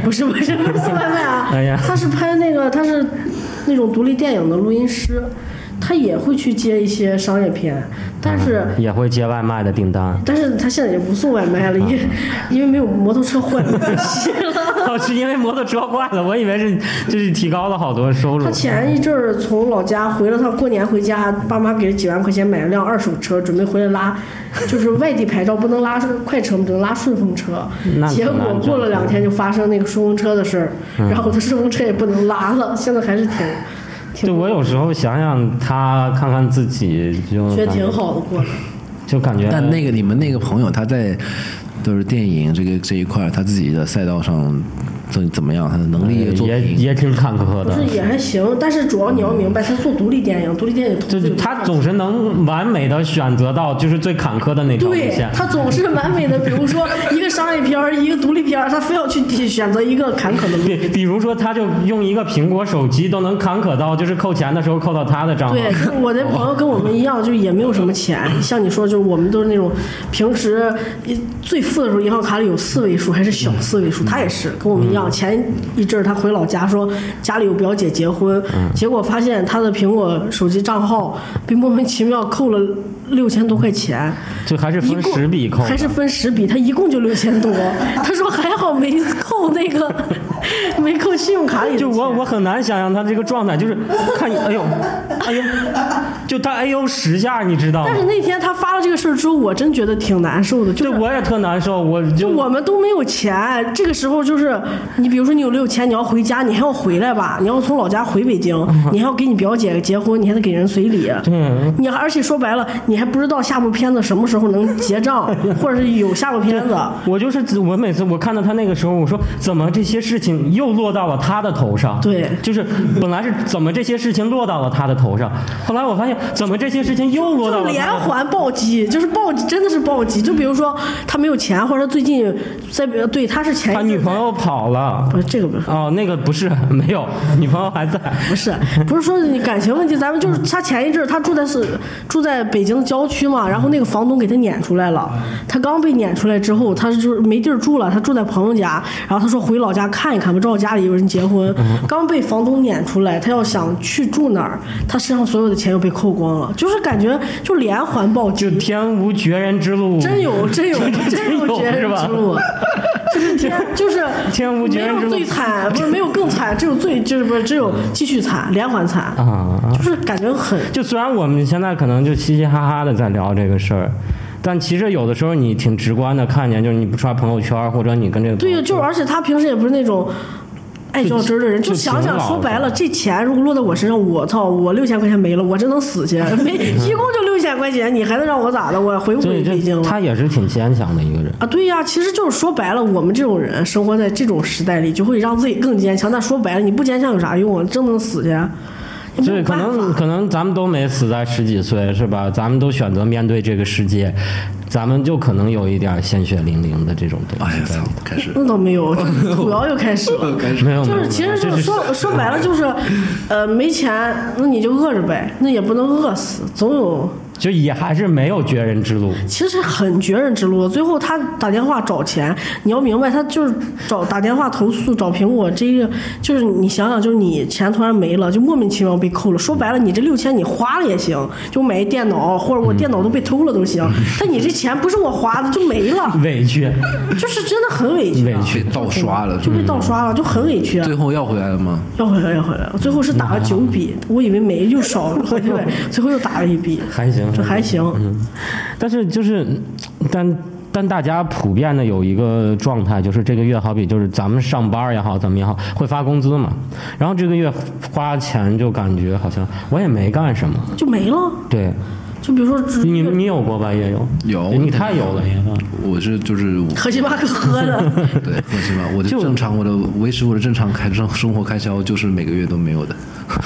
[SPEAKER 2] 不是不是不是送外卖啊，
[SPEAKER 3] 哎呀
[SPEAKER 2] 他是拍那个他是那种独立电影的录音师，他也会去接一些商业片，但是。
[SPEAKER 3] 也会接外卖的订单，
[SPEAKER 2] 但是他现在也不送外卖了，因
[SPEAKER 3] 啊
[SPEAKER 2] 为因为没有摩托车换了骑了。
[SPEAKER 3] *laughs* 哦，是因为摩托车坏了，我以为是就是提高了好多收入
[SPEAKER 2] 他。前一阵儿从老家回了趟，过年回家，爸妈给了几万块钱买了辆二手车，准备回来拉，就是外地牌照不能拉快车嘛，只能拉顺风车
[SPEAKER 3] 那。嗯
[SPEAKER 2] 结
[SPEAKER 3] 挺难
[SPEAKER 2] 果过了两天就发生那个顺风车的事儿，然后他顺风车也不能拉了，现在还
[SPEAKER 3] *laughs*
[SPEAKER 2] 是挺
[SPEAKER 3] 就
[SPEAKER 2] 挺
[SPEAKER 3] 我有时候想想他，看看自己就嗯
[SPEAKER 2] 觉得
[SPEAKER 3] 感
[SPEAKER 2] 挺好的过了。
[SPEAKER 3] 就感觉。
[SPEAKER 1] 但那个你们那个朋友，他在就是电影这个这一块儿，他自己的赛道上怎怎么样？他的能力作
[SPEAKER 3] 嗯也
[SPEAKER 1] 品
[SPEAKER 3] 也挺坎坷
[SPEAKER 2] 不
[SPEAKER 3] 的
[SPEAKER 2] 是，也还行，但是主要你要明白，他做独立电影，独立电影投
[SPEAKER 3] 就
[SPEAKER 2] 资
[SPEAKER 3] 是
[SPEAKER 2] 有多
[SPEAKER 3] 他
[SPEAKER 2] 少
[SPEAKER 3] 总是能完美的选择到就是最坎坷的那条路
[SPEAKER 2] 对
[SPEAKER 3] 线。
[SPEAKER 2] 他总是完美的，比如说一个商业片儿，一个独立片儿，他非要去提选择一个坎坷的路。
[SPEAKER 3] 比比如说，他就用一个苹果手机都能坎坷到，就是扣钱的时候扣到他的账号。
[SPEAKER 2] 对，就是我的朋友跟我们一样，就也没有什么钱。像你说，就是我们都是那种平时最富初的时候，银行卡里有四位数还是小四
[SPEAKER 3] 嗯
[SPEAKER 2] 位数，他也是跟我们一样。前一阵儿他回老家说家里有表姐结婚，
[SPEAKER 3] 嗯
[SPEAKER 2] 结果发现他的苹果手机账号被莫名其妙扣了六千多块钱，
[SPEAKER 3] 就还是
[SPEAKER 2] 一
[SPEAKER 3] 分
[SPEAKER 2] 共
[SPEAKER 3] 十笔扣的，
[SPEAKER 2] 还是分十笔，他一共就六千
[SPEAKER 3] *laughs*
[SPEAKER 2] 多。他说还好没扣那个，没扣信用卡里的
[SPEAKER 3] 就我
[SPEAKER 2] 钱
[SPEAKER 3] 我很难想象他这个状态，就是看你，哎呦，哎呦，就他哎呦十下，你知道吗
[SPEAKER 2] 但是？那天他发了这个事儿之后，我真觉得挺难受的，就是
[SPEAKER 3] 对，我也特难受，我就
[SPEAKER 2] 我们都没有钱，这个时候就是你，比如说你有六千，你要回家，你还要回来吧，你要从老家回北京，
[SPEAKER 3] 嗯
[SPEAKER 2] 你还要给你表姐结婚，你还得给人随礼，你还而且说白了，你还不知道下部片子什么时候能结账，
[SPEAKER 3] *laughs*
[SPEAKER 2] 或者是有下部片子。
[SPEAKER 3] 我就是我每次我看到他那个时候，我说怎么这些事情又落到了他的头上？
[SPEAKER 2] 对
[SPEAKER 3] 就是 *laughs* 本来是怎么这些事情落到了他的头上，后来我发现怎么这些事情又落到
[SPEAKER 2] 就
[SPEAKER 3] 了
[SPEAKER 2] 连
[SPEAKER 3] 他的
[SPEAKER 2] 环暴击，就是暴击，真的是暴击。就比如说他没有钱，或者他最近在对他是前一
[SPEAKER 3] 他
[SPEAKER 2] 阵
[SPEAKER 3] 女朋友跑了。
[SPEAKER 2] 不是这个不是。
[SPEAKER 3] 哦，那个不是没有，女朋友还在。
[SPEAKER 2] 不是，不是说你感情问题，咱们就是他前一阵儿他住在是住在北京郊区嘛，然后那个房东给他撵出来了，他刚被撵出来之后，他就是没地儿住了，他住在朋友家，然后他说回老家看一看吧，正好家里有人结婚，
[SPEAKER 3] 嗯
[SPEAKER 2] 刚被房东撵出来，他要想去住哪儿，他身上所有的钱又被扣光了，就是感觉就连环暴击
[SPEAKER 3] 就，天无绝人之路，
[SPEAKER 2] 真有真有真有绝
[SPEAKER 3] 是
[SPEAKER 2] 人
[SPEAKER 3] 吧
[SPEAKER 2] 之
[SPEAKER 3] *laughs*
[SPEAKER 2] 路。就是天，就是
[SPEAKER 3] 天无绝人之
[SPEAKER 2] 没有
[SPEAKER 3] 路
[SPEAKER 2] 最惨，不是没有更惨，只有最就是不是只有继续惨，连环惨
[SPEAKER 3] 啊！
[SPEAKER 2] 就是感觉很
[SPEAKER 3] 就虽然我们现在可能就嘻嘻哈哈的在聊这个事儿，但其实有的时候你挺直观的看见，就是你不刷朋友圈儿，或者你跟这个
[SPEAKER 2] 对呀，就是而且他平时也不是那种爱较真儿的人，
[SPEAKER 3] 就
[SPEAKER 2] 就想
[SPEAKER 3] 勤
[SPEAKER 2] 想
[SPEAKER 3] 劳
[SPEAKER 2] 说白了，这钱如果落在我身上，我操，我六千块钱没了，我真能死
[SPEAKER 3] *laughs*
[SPEAKER 2] 去，没一共就六千块钱，你还能让我咋的？我回不
[SPEAKER 3] 所
[SPEAKER 2] 回
[SPEAKER 3] 以
[SPEAKER 2] 北京了？
[SPEAKER 3] 这他也是挺坚强的一个人。
[SPEAKER 2] 啊，对呀、其实就是说白了，我们这种人生活在这种时代里，就会让自己更坚强。但说白了，你不坚强有啥用啊？真能死去？也没
[SPEAKER 3] 对，
[SPEAKER 2] 有
[SPEAKER 3] 可
[SPEAKER 2] 办
[SPEAKER 3] 能
[SPEAKER 2] 法。
[SPEAKER 3] 可能咱们都没死在十几岁，是吧？咱们都选择面对这个世界，咱们就可能有一点鲜血淋淋的这种东
[SPEAKER 1] 哎
[SPEAKER 3] 西
[SPEAKER 1] 呀，
[SPEAKER 3] 在
[SPEAKER 1] 操
[SPEAKER 3] 里。，
[SPEAKER 1] 开 *laughs* 始
[SPEAKER 2] 那倒没有，
[SPEAKER 3] *laughs*
[SPEAKER 2] 土窑又开始了。
[SPEAKER 1] 开始
[SPEAKER 3] 没有，没
[SPEAKER 2] 就
[SPEAKER 3] 有
[SPEAKER 2] 是，其实
[SPEAKER 3] 没有
[SPEAKER 2] 就
[SPEAKER 3] 这
[SPEAKER 2] 是说说白了就是，呃，没钱，那你就饿着呗，那也不能饿死，总有。
[SPEAKER 3] 就也还是没有绝人之路。
[SPEAKER 2] 其实很绝人之路，最后他打电话找钱，你要明白，他就是找打电话投诉找苹果，这个就是你想想，就是你钱突然没了，就莫名其妙被扣了。说白了，你这六千你花了也行，就买一电脑，或者
[SPEAKER 3] 嗯
[SPEAKER 2] 我电脑都被偷了都行，但你这钱不是我花的就没了，*laughs*
[SPEAKER 3] 委屈，
[SPEAKER 2] 就是真的很委屈啊、
[SPEAKER 3] 委屈
[SPEAKER 1] 被盗刷了，
[SPEAKER 2] 就被盗刷了，就很委屈啊。
[SPEAKER 1] 最后要回来了吗？
[SPEAKER 2] 要回来，要回来了。最后是打了九笔，我以为没又少
[SPEAKER 3] *laughs*
[SPEAKER 2] 了，回来最后又打了一笔，
[SPEAKER 3] 还行，
[SPEAKER 2] 这还行。
[SPEAKER 3] 嗯但是就是，但但大家普遍的有一个状态，就是这个月好比就是咱们上班也好，怎么也好，会发工资嘛。然后这个月花钱就感觉好像我也没干什么。
[SPEAKER 2] 就没了。
[SPEAKER 3] 对
[SPEAKER 2] 就比如说 *laughs* 只，
[SPEAKER 3] 你，你有过吧？也有，
[SPEAKER 1] 有
[SPEAKER 3] 你太有了，也啊有
[SPEAKER 1] 我是就是我
[SPEAKER 2] 喝星巴克喝
[SPEAKER 3] *laughs*
[SPEAKER 2] 的，
[SPEAKER 1] *laughs* 对，放心吧，我的正常，我的维持我的正常开生生活开销就是每个月都没有的。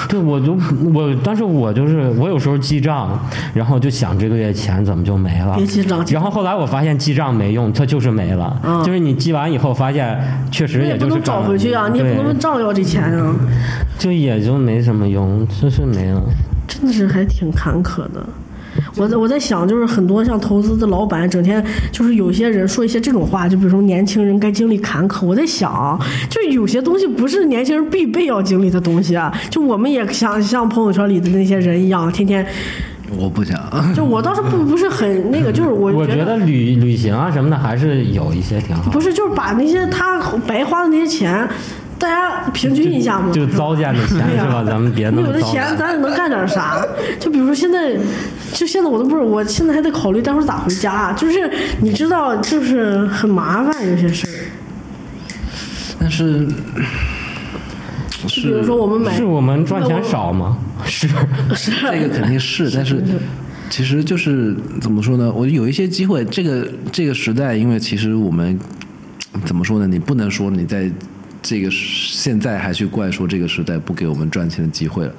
[SPEAKER 3] 对，我就我，但是我就是我有时候记账，然后就想这个月钱怎么就没了。
[SPEAKER 2] 别记账记账
[SPEAKER 3] 然后后来我发现记账没用，它就是没了。
[SPEAKER 2] 嗯
[SPEAKER 3] 就是你记完以后发现，确实
[SPEAKER 2] 你也
[SPEAKER 3] 就
[SPEAKER 2] 不
[SPEAKER 3] 是
[SPEAKER 2] 能找
[SPEAKER 3] 账
[SPEAKER 2] 回去啊，你也不能
[SPEAKER 3] 对
[SPEAKER 2] 问账要这钱啊，
[SPEAKER 3] 就也就没什么用，就是没了。
[SPEAKER 2] 真的是还挺坎坷的。我在我在想，就是很多像投资的老板，整天就是有些人说一些这种话，就比如说年轻人该经历坎坷。我在想，就有些东西不是年轻人必备要经历的东西啊。就我们也想像朋友圈里的那些人一样，天天
[SPEAKER 1] 我不想， *laughs*
[SPEAKER 2] 就我倒是不不是很那个，就是我
[SPEAKER 3] 我
[SPEAKER 2] 觉
[SPEAKER 3] 觉得旅旅行啊什么的还是有一些挺好的，
[SPEAKER 2] 不是，就是把那些他白花的那些钱，大家平均一下嘛。
[SPEAKER 3] 就糟践的钱
[SPEAKER 2] 对呀
[SPEAKER 3] 是吧？咱们别那
[SPEAKER 2] 你有
[SPEAKER 3] 么
[SPEAKER 2] 的
[SPEAKER 3] 糟
[SPEAKER 2] 钱，
[SPEAKER 3] 践。
[SPEAKER 2] 咱也能干点啥？就比如说现在，就现在我都不是，我现在还得考虑待会儿咋回家。啊就是你知道，就是很麻烦有些事儿。
[SPEAKER 1] 但是
[SPEAKER 2] 就比如说我们买
[SPEAKER 3] 是我们赚钱少吗？是，
[SPEAKER 1] 这个肯定是，但是其实就是怎么说呢？我有一些机会，这个这个时代，因为其实我们怎么说呢？你不能说你在。这个时现在还去怪说这个时代不给我们赚钱的机会了，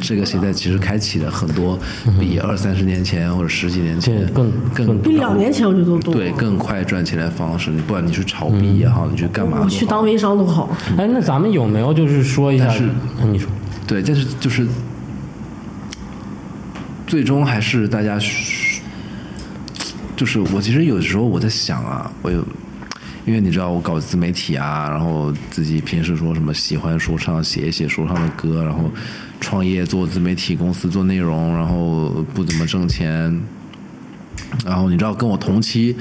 [SPEAKER 1] 这个时代其实开启了很多比二三十年前或者十几年前
[SPEAKER 3] 对更
[SPEAKER 1] 更
[SPEAKER 2] 比两年前我觉得都多。嗯
[SPEAKER 1] 对，更快赚钱的方式，你不管你去炒币也好，你去干嘛都
[SPEAKER 2] 我
[SPEAKER 1] 好
[SPEAKER 2] 去当微商都好。
[SPEAKER 3] 哎，那咱们有没有就是说一下哎
[SPEAKER 1] 但是？
[SPEAKER 3] 你说，
[SPEAKER 1] 对，但是就是最终还是大家需就是我其实有时候我在想啊，我有，因为你知道我搞自媒体啊，然后自己平时说什么喜欢说唱，写一写说唱的歌，然后创业做自媒体公司做内容，然后不怎么挣钱，然后你知道跟我同期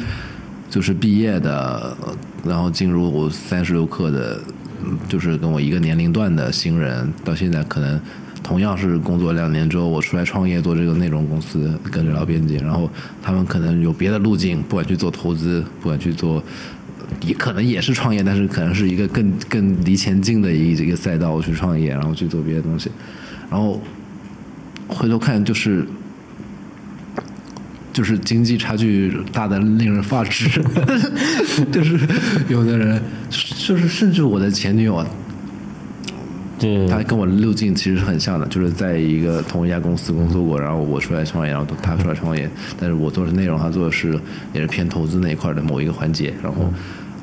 [SPEAKER 1] 就是毕业的，呃然后进入我三十六课的，嗯就是跟我一个年龄段的新人，到现在可能同样是工作两年之后，我出来创业做这个内容公司，跟着老编辑，然后他们可能有别的路径，不管去做投资，不管去做。也可能也是创业，但是可能是一个更更离前进的一一个赛道去创业，然后去做别的东西，然后回头看就是就是经济差距大的令人发指， *laughs* 就是有的人，就是甚至我的前女友啊，
[SPEAKER 3] 对，
[SPEAKER 1] 她跟我路径其实是很像的，就是在一个同一家公司工作过，然后我出来创业，然后她出来创业，但是我做的是内容，她做的是也是偏投资那一块的某一个环节，然后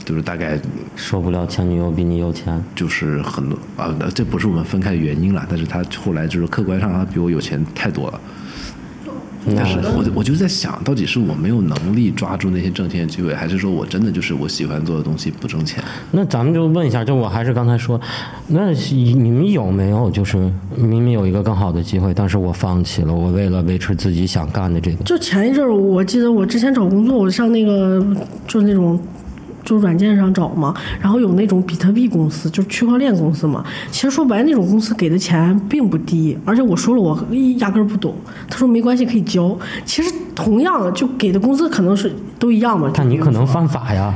[SPEAKER 1] 就是大概
[SPEAKER 3] 受不了前女友比你有钱，
[SPEAKER 1] 就是很多啊，那这不是我们分开的原因啦，但是她后来就是客观上她比我有钱太多了。
[SPEAKER 3] 那
[SPEAKER 2] 嗯
[SPEAKER 1] 但是我我就在想，到底是我没有能力抓住那些挣钱的机会，还是说我真的就是我喜欢做的东西不挣钱？
[SPEAKER 3] 那咱们就问一下，就我还是刚才说，那你们有没有就是明明有一个更好的机会，但是我放弃了，我为了维持自己想干的这个，
[SPEAKER 2] 就前一阵儿，我记得我之前找工作，我上那个就那种。就软件上找嘛，然后有那种比特币公司，就是区块链公司嘛。其实说白了，那种公司给的钱并不低，而且我说了我压根儿不懂，他说没关系可以交。其实同样就给的工资可能是都一样嘛。
[SPEAKER 3] 但你可能犯法呀。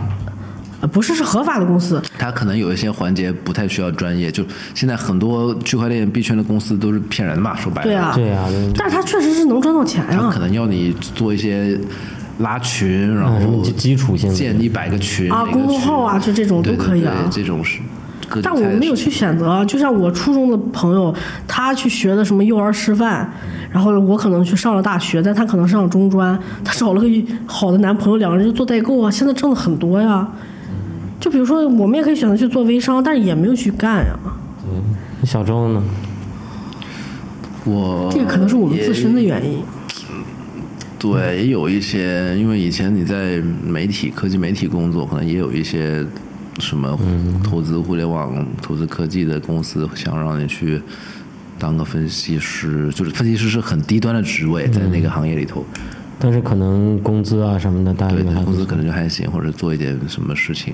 [SPEAKER 2] 呃不是是合法的公司，
[SPEAKER 1] 它可能有一些环节不太需要专业，就现在很多区块链币圈的公司都是骗人嘛，说白了，
[SPEAKER 2] 对啊，
[SPEAKER 3] 对呀、
[SPEAKER 2] 但是他确实是能赚到钱
[SPEAKER 1] 他
[SPEAKER 2] 啊
[SPEAKER 1] 可。能要你做一些拉群，然后
[SPEAKER 3] 嗯基础性的
[SPEAKER 1] 建一百个群
[SPEAKER 2] 啊
[SPEAKER 1] 每个
[SPEAKER 2] 公众号啊
[SPEAKER 1] 群
[SPEAKER 2] 就这种
[SPEAKER 1] 对
[SPEAKER 2] 都
[SPEAKER 1] 对
[SPEAKER 2] 可以
[SPEAKER 1] 对
[SPEAKER 2] 啊
[SPEAKER 1] 这种是。各种
[SPEAKER 2] 但我
[SPEAKER 1] 菜的
[SPEAKER 2] 没有
[SPEAKER 1] 事
[SPEAKER 2] 去选择啊，就像我初中的朋友，他去学的什么幼儿师范，然后我可能去上了大学，但他可能上了中专，他找了个好的男朋友，两个人就做代购啊，现在挣的很多呀。就比如说，我们也可以选择去做微商，但是也没有去干呀。
[SPEAKER 1] 哦
[SPEAKER 3] 小周呢？
[SPEAKER 1] 我
[SPEAKER 2] 这个可能是我们自身的原因。
[SPEAKER 1] 对，也有一些，因为以前你在媒体、科技媒体工作，可能也有一些什么投资互联网、投资科技的公司想让你去当个分析师，就是分析师是很低端的职位，在那个行业里头，
[SPEAKER 3] 但是可能工资啊什么的待
[SPEAKER 1] 对
[SPEAKER 3] 遇还
[SPEAKER 1] 工
[SPEAKER 3] 不
[SPEAKER 1] 资可能就还行，或者做一点什么事情。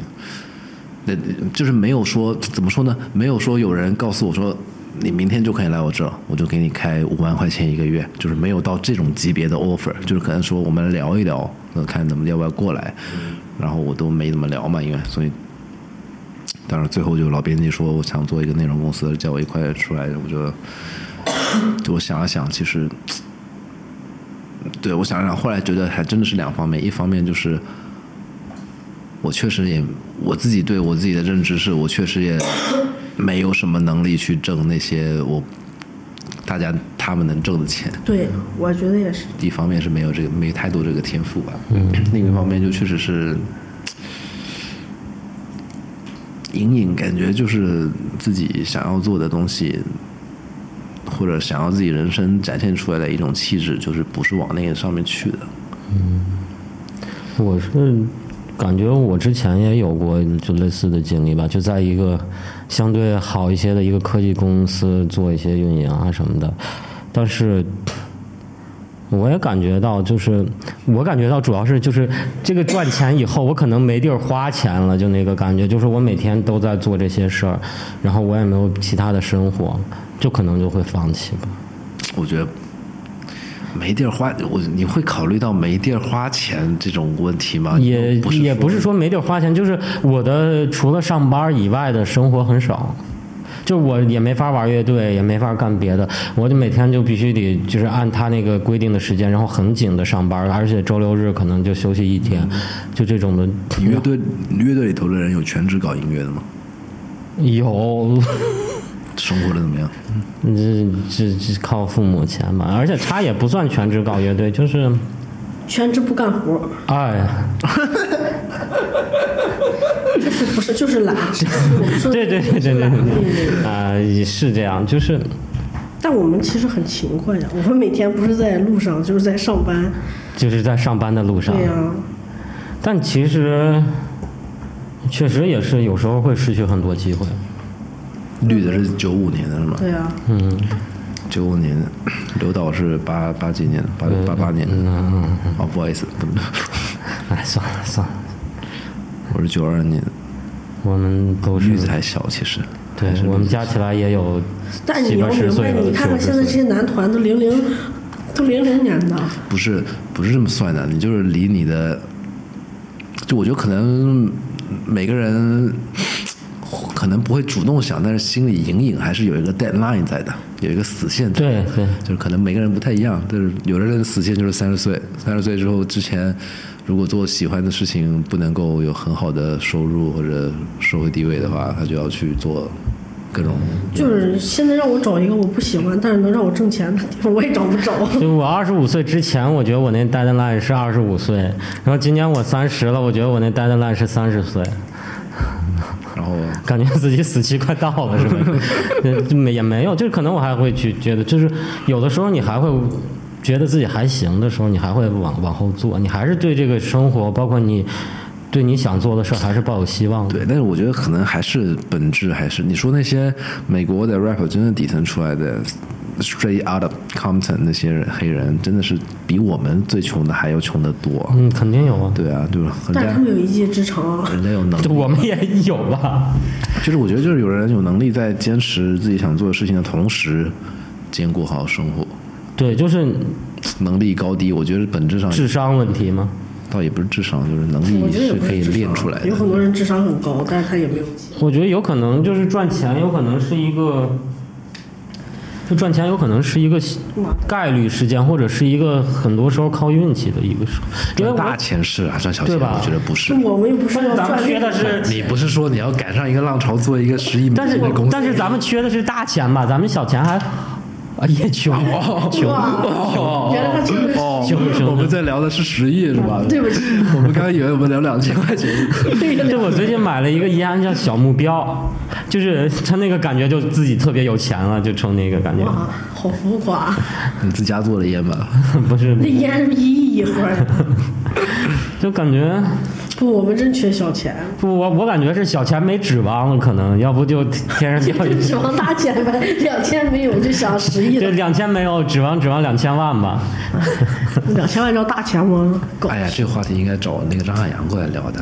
[SPEAKER 1] 那就是没有说怎么说呢？没有说有人告诉我说你明天就可以来我这儿，我就给你开五万块钱一个月，就是没有到这种级别的 offer，就是可能说我们聊一聊，呃看怎么要不要过来，然后我都没怎么聊嘛，因为所以。当然，最后就老编辑说我想做一个内容公司，叫我一块儿出来，我就就我想了想，其实对，我想想，后来觉得还真的是两方面，一方面就是我确实也我自己对我自己的认知是我确实也没有什么能力去挣那些我大家他们能挣的钱。
[SPEAKER 2] 对，我觉得也是。
[SPEAKER 1] 一方面是没有这个没太多这个天赋吧，嗯，另一方面就确实是隐隐感觉就是自己想要做的东西，或者想要自己人生展现出来的一种气质，就是不是往那个上面去的。
[SPEAKER 3] 我是感觉我之前也有过就类似的经历吧，就在一个相对好一些的一个科技公司做一些运营啊什么的，但是。我也感觉到，就是我感觉到，主要是就是这个赚钱以后，我可能没地儿花钱了，就那个感觉，就是我每天都在做这些事儿，然后我也没有其他的生活，就可能就会放弃吧。
[SPEAKER 1] 我觉得没地儿花，我你会考虑到没地儿花钱这种问题吗？
[SPEAKER 3] 也
[SPEAKER 1] 不
[SPEAKER 3] 也不啊是说没地儿花钱，就是我的除了上班以外的生活很少，就我也没法玩乐队，也没法干别的，我就每天就必须得就是按他那个规定的时间，然后很紧的上班，而且周六日可能就休息一天，就这种的。
[SPEAKER 1] 你乐队乐队里头的人有全职搞音乐的吗？
[SPEAKER 3] 有，
[SPEAKER 1] 生活的怎么样？
[SPEAKER 3] 这这这靠父母钱吧，而且他也不算全职搞乐队，就是
[SPEAKER 2] 全职不干活，
[SPEAKER 3] 哎。
[SPEAKER 2] 就是不是
[SPEAKER 1] *laughs*
[SPEAKER 2] 就是懒。嗯
[SPEAKER 3] 对对对对对对，啊、也是这样，就是，
[SPEAKER 2] 但但我们其实很勤快呀，我们每天不是在路上，就是在上
[SPEAKER 1] 啊
[SPEAKER 2] 班。
[SPEAKER 3] 就是在上班的路上
[SPEAKER 2] 对。呀、
[SPEAKER 3] 但其实，确实也是有时候会失去很多机会。
[SPEAKER 1] 绿的是九五年的是吗？
[SPEAKER 2] 对呀、
[SPEAKER 1] 九五年的，刘导是八八几年的，八
[SPEAKER 3] 嗯
[SPEAKER 1] 八八年的。哦，不好意思，不 *laughs* 能，
[SPEAKER 3] 哎，算了算了，
[SPEAKER 1] 我是九二年的，
[SPEAKER 3] 我们都
[SPEAKER 1] 绿
[SPEAKER 3] 是
[SPEAKER 1] 子还小，其实。
[SPEAKER 3] 对，我们加起来也有
[SPEAKER 2] 但
[SPEAKER 3] 七
[SPEAKER 2] 你要
[SPEAKER 3] 八十
[SPEAKER 2] 明白，
[SPEAKER 3] 岁和
[SPEAKER 2] 你看
[SPEAKER 3] 九
[SPEAKER 2] 看现在
[SPEAKER 3] 十
[SPEAKER 2] 这
[SPEAKER 3] 岁。
[SPEAKER 2] 些男团都零零，都零零年的，
[SPEAKER 1] 不是不是这么算的，你就是离你的，就我觉得可能每个人 *sniffs* 可能不会主动想，但是心里隐隐还是有一个 deadline 在的，有一个死线在
[SPEAKER 3] 对对，
[SPEAKER 1] 就是可能每个人不太一样，但是有的人的死线就是三十岁，三十岁之后之前，如果做喜欢的事情不能够有很好的收入或者社会地位的话，他就要去做各种。
[SPEAKER 2] 嗯
[SPEAKER 3] 嗯
[SPEAKER 2] 就是现在让我找一个我不喜欢，但是能让我挣钱的地方，我也找不着。
[SPEAKER 3] 就我二十五岁之前，我觉得我那 deadline 是二十五岁，然后今年我三十了，我觉得我那 deadline 是三十岁，
[SPEAKER 1] 然后
[SPEAKER 3] 感觉自己死期快到了，是吧？呃
[SPEAKER 1] *laughs*
[SPEAKER 3] 就没也没有，就是可能我还会去觉得，就是有的时候你还会觉得自己还行的时候，你还会往往后做，你还是对这个生活，包括你对你想做的事儿，还是抱有希望的。
[SPEAKER 1] 对，但是我觉得可能还是本质还是你说那些美国的 rapper 真的底层出来的，straight out of Compton 那些人黑人真的是比我们最穷的还要穷得多。
[SPEAKER 3] 嗯，肯定有啊，
[SPEAKER 1] 对啊，就是人
[SPEAKER 2] 但是他
[SPEAKER 1] 家
[SPEAKER 2] 们有一技之长啊，
[SPEAKER 1] 人家有能
[SPEAKER 3] 就
[SPEAKER 1] 力，
[SPEAKER 3] 我们也有啊吧。
[SPEAKER 1] 就是我觉得就是有人有能力在坚持自己想做的事情的同时，兼顾好生活，
[SPEAKER 3] 对，就是
[SPEAKER 1] 能力高低，我觉得本质上
[SPEAKER 3] 智商问题嘛。
[SPEAKER 1] 倒也不是智商，就是能
[SPEAKER 3] 嗯
[SPEAKER 2] 我
[SPEAKER 1] 力
[SPEAKER 2] 觉得也
[SPEAKER 1] 是
[SPEAKER 2] 不
[SPEAKER 1] 可以
[SPEAKER 2] 是智
[SPEAKER 1] 练
[SPEAKER 2] 商
[SPEAKER 1] 出来的
[SPEAKER 2] 有。很多人智商很高，但是他也没有技。
[SPEAKER 3] 我觉得有可能就是赚钱，有可能是一个，就赚钱有可能是一个概率事件，或者是一个很多时候靠运气的一个事。因为
[SPEAKER 1] 赚大
[SPEAKER 3] 我
[SPEAKER 1] 钱是啊，赚小
[SPEAKER 3] 对
[SPEAKER 1] 钱
[SPEAKER 3] 吧
[SPEAKER 1] 我觉得不是
[SPEAKER 2] 就。我们又不是
[SPEAKER 3] 但是
[SPEAKER 2] 要
[SPEAKER 3] 咱们
[SPEAKER 2] 赚
[SPEAKER 3] 缺的是，
[SPEAKER 1] 你不是说你要赶上一个浪潮做一个十亿美
[SPEAKER 3] 但是
[SPEAKER 1] 金的公司？
[SPEAKER 3] 但是咱们缺的是大钱吧？咱们小钱还啊也穷穷
[SPEAKER 2] 哦
[SPEAKER 3] 哦
[SPEAKER 2] 哇，原来他真的
[SPEAKER 3] *laughs*
[SPEAKER 2] 是
[SPEAKER 1] 哦
[SPEAKER 3] 穷穷
[SPEAKER 1] 我们在聊的是十亿是吧？
[SPEAKER 2] 对不起，
[SPEAKER 1] 我们刚刚以为我们聊两千块钱，
[SPEAKER 2] 对
[SPEAKER 3] 对，我最近买了一个烟叫小目标，就是他那个感觉就自己特别有钱了，就成那个感觉，
[SPEAKER 2] 哇，好浮夸，
[SPEAKER 1] *laughs* 你自家做的烟吧？
[SPEAKER 3] *laughs* 不是
[SPEAKER 2] 那烟是不是一亿一盒儿呀？
[SPEAKER 3] 就感觉
[SPEAKER 2] 不，我们真缺小钱，
[SPEAKER 3] 不，我我感觉是小钱没指望了，可能要不就天上掉
[SPEAKER 2] *laughs* 就指
[SPEAKER 3] 一。
[SPEAKER 2] 望大钱呗，两千没有就想十亿
[SPEAKER 3] 这
[SPEAKER 2] 了，
[SPEAKER 3] 两千没有，指望指望两千万吧。
[SPEAKER 2] 两千万叫大钱吗？狗
[SPEAKER 1] 哎呀，这个话题应该找那个张海洋过来聊的。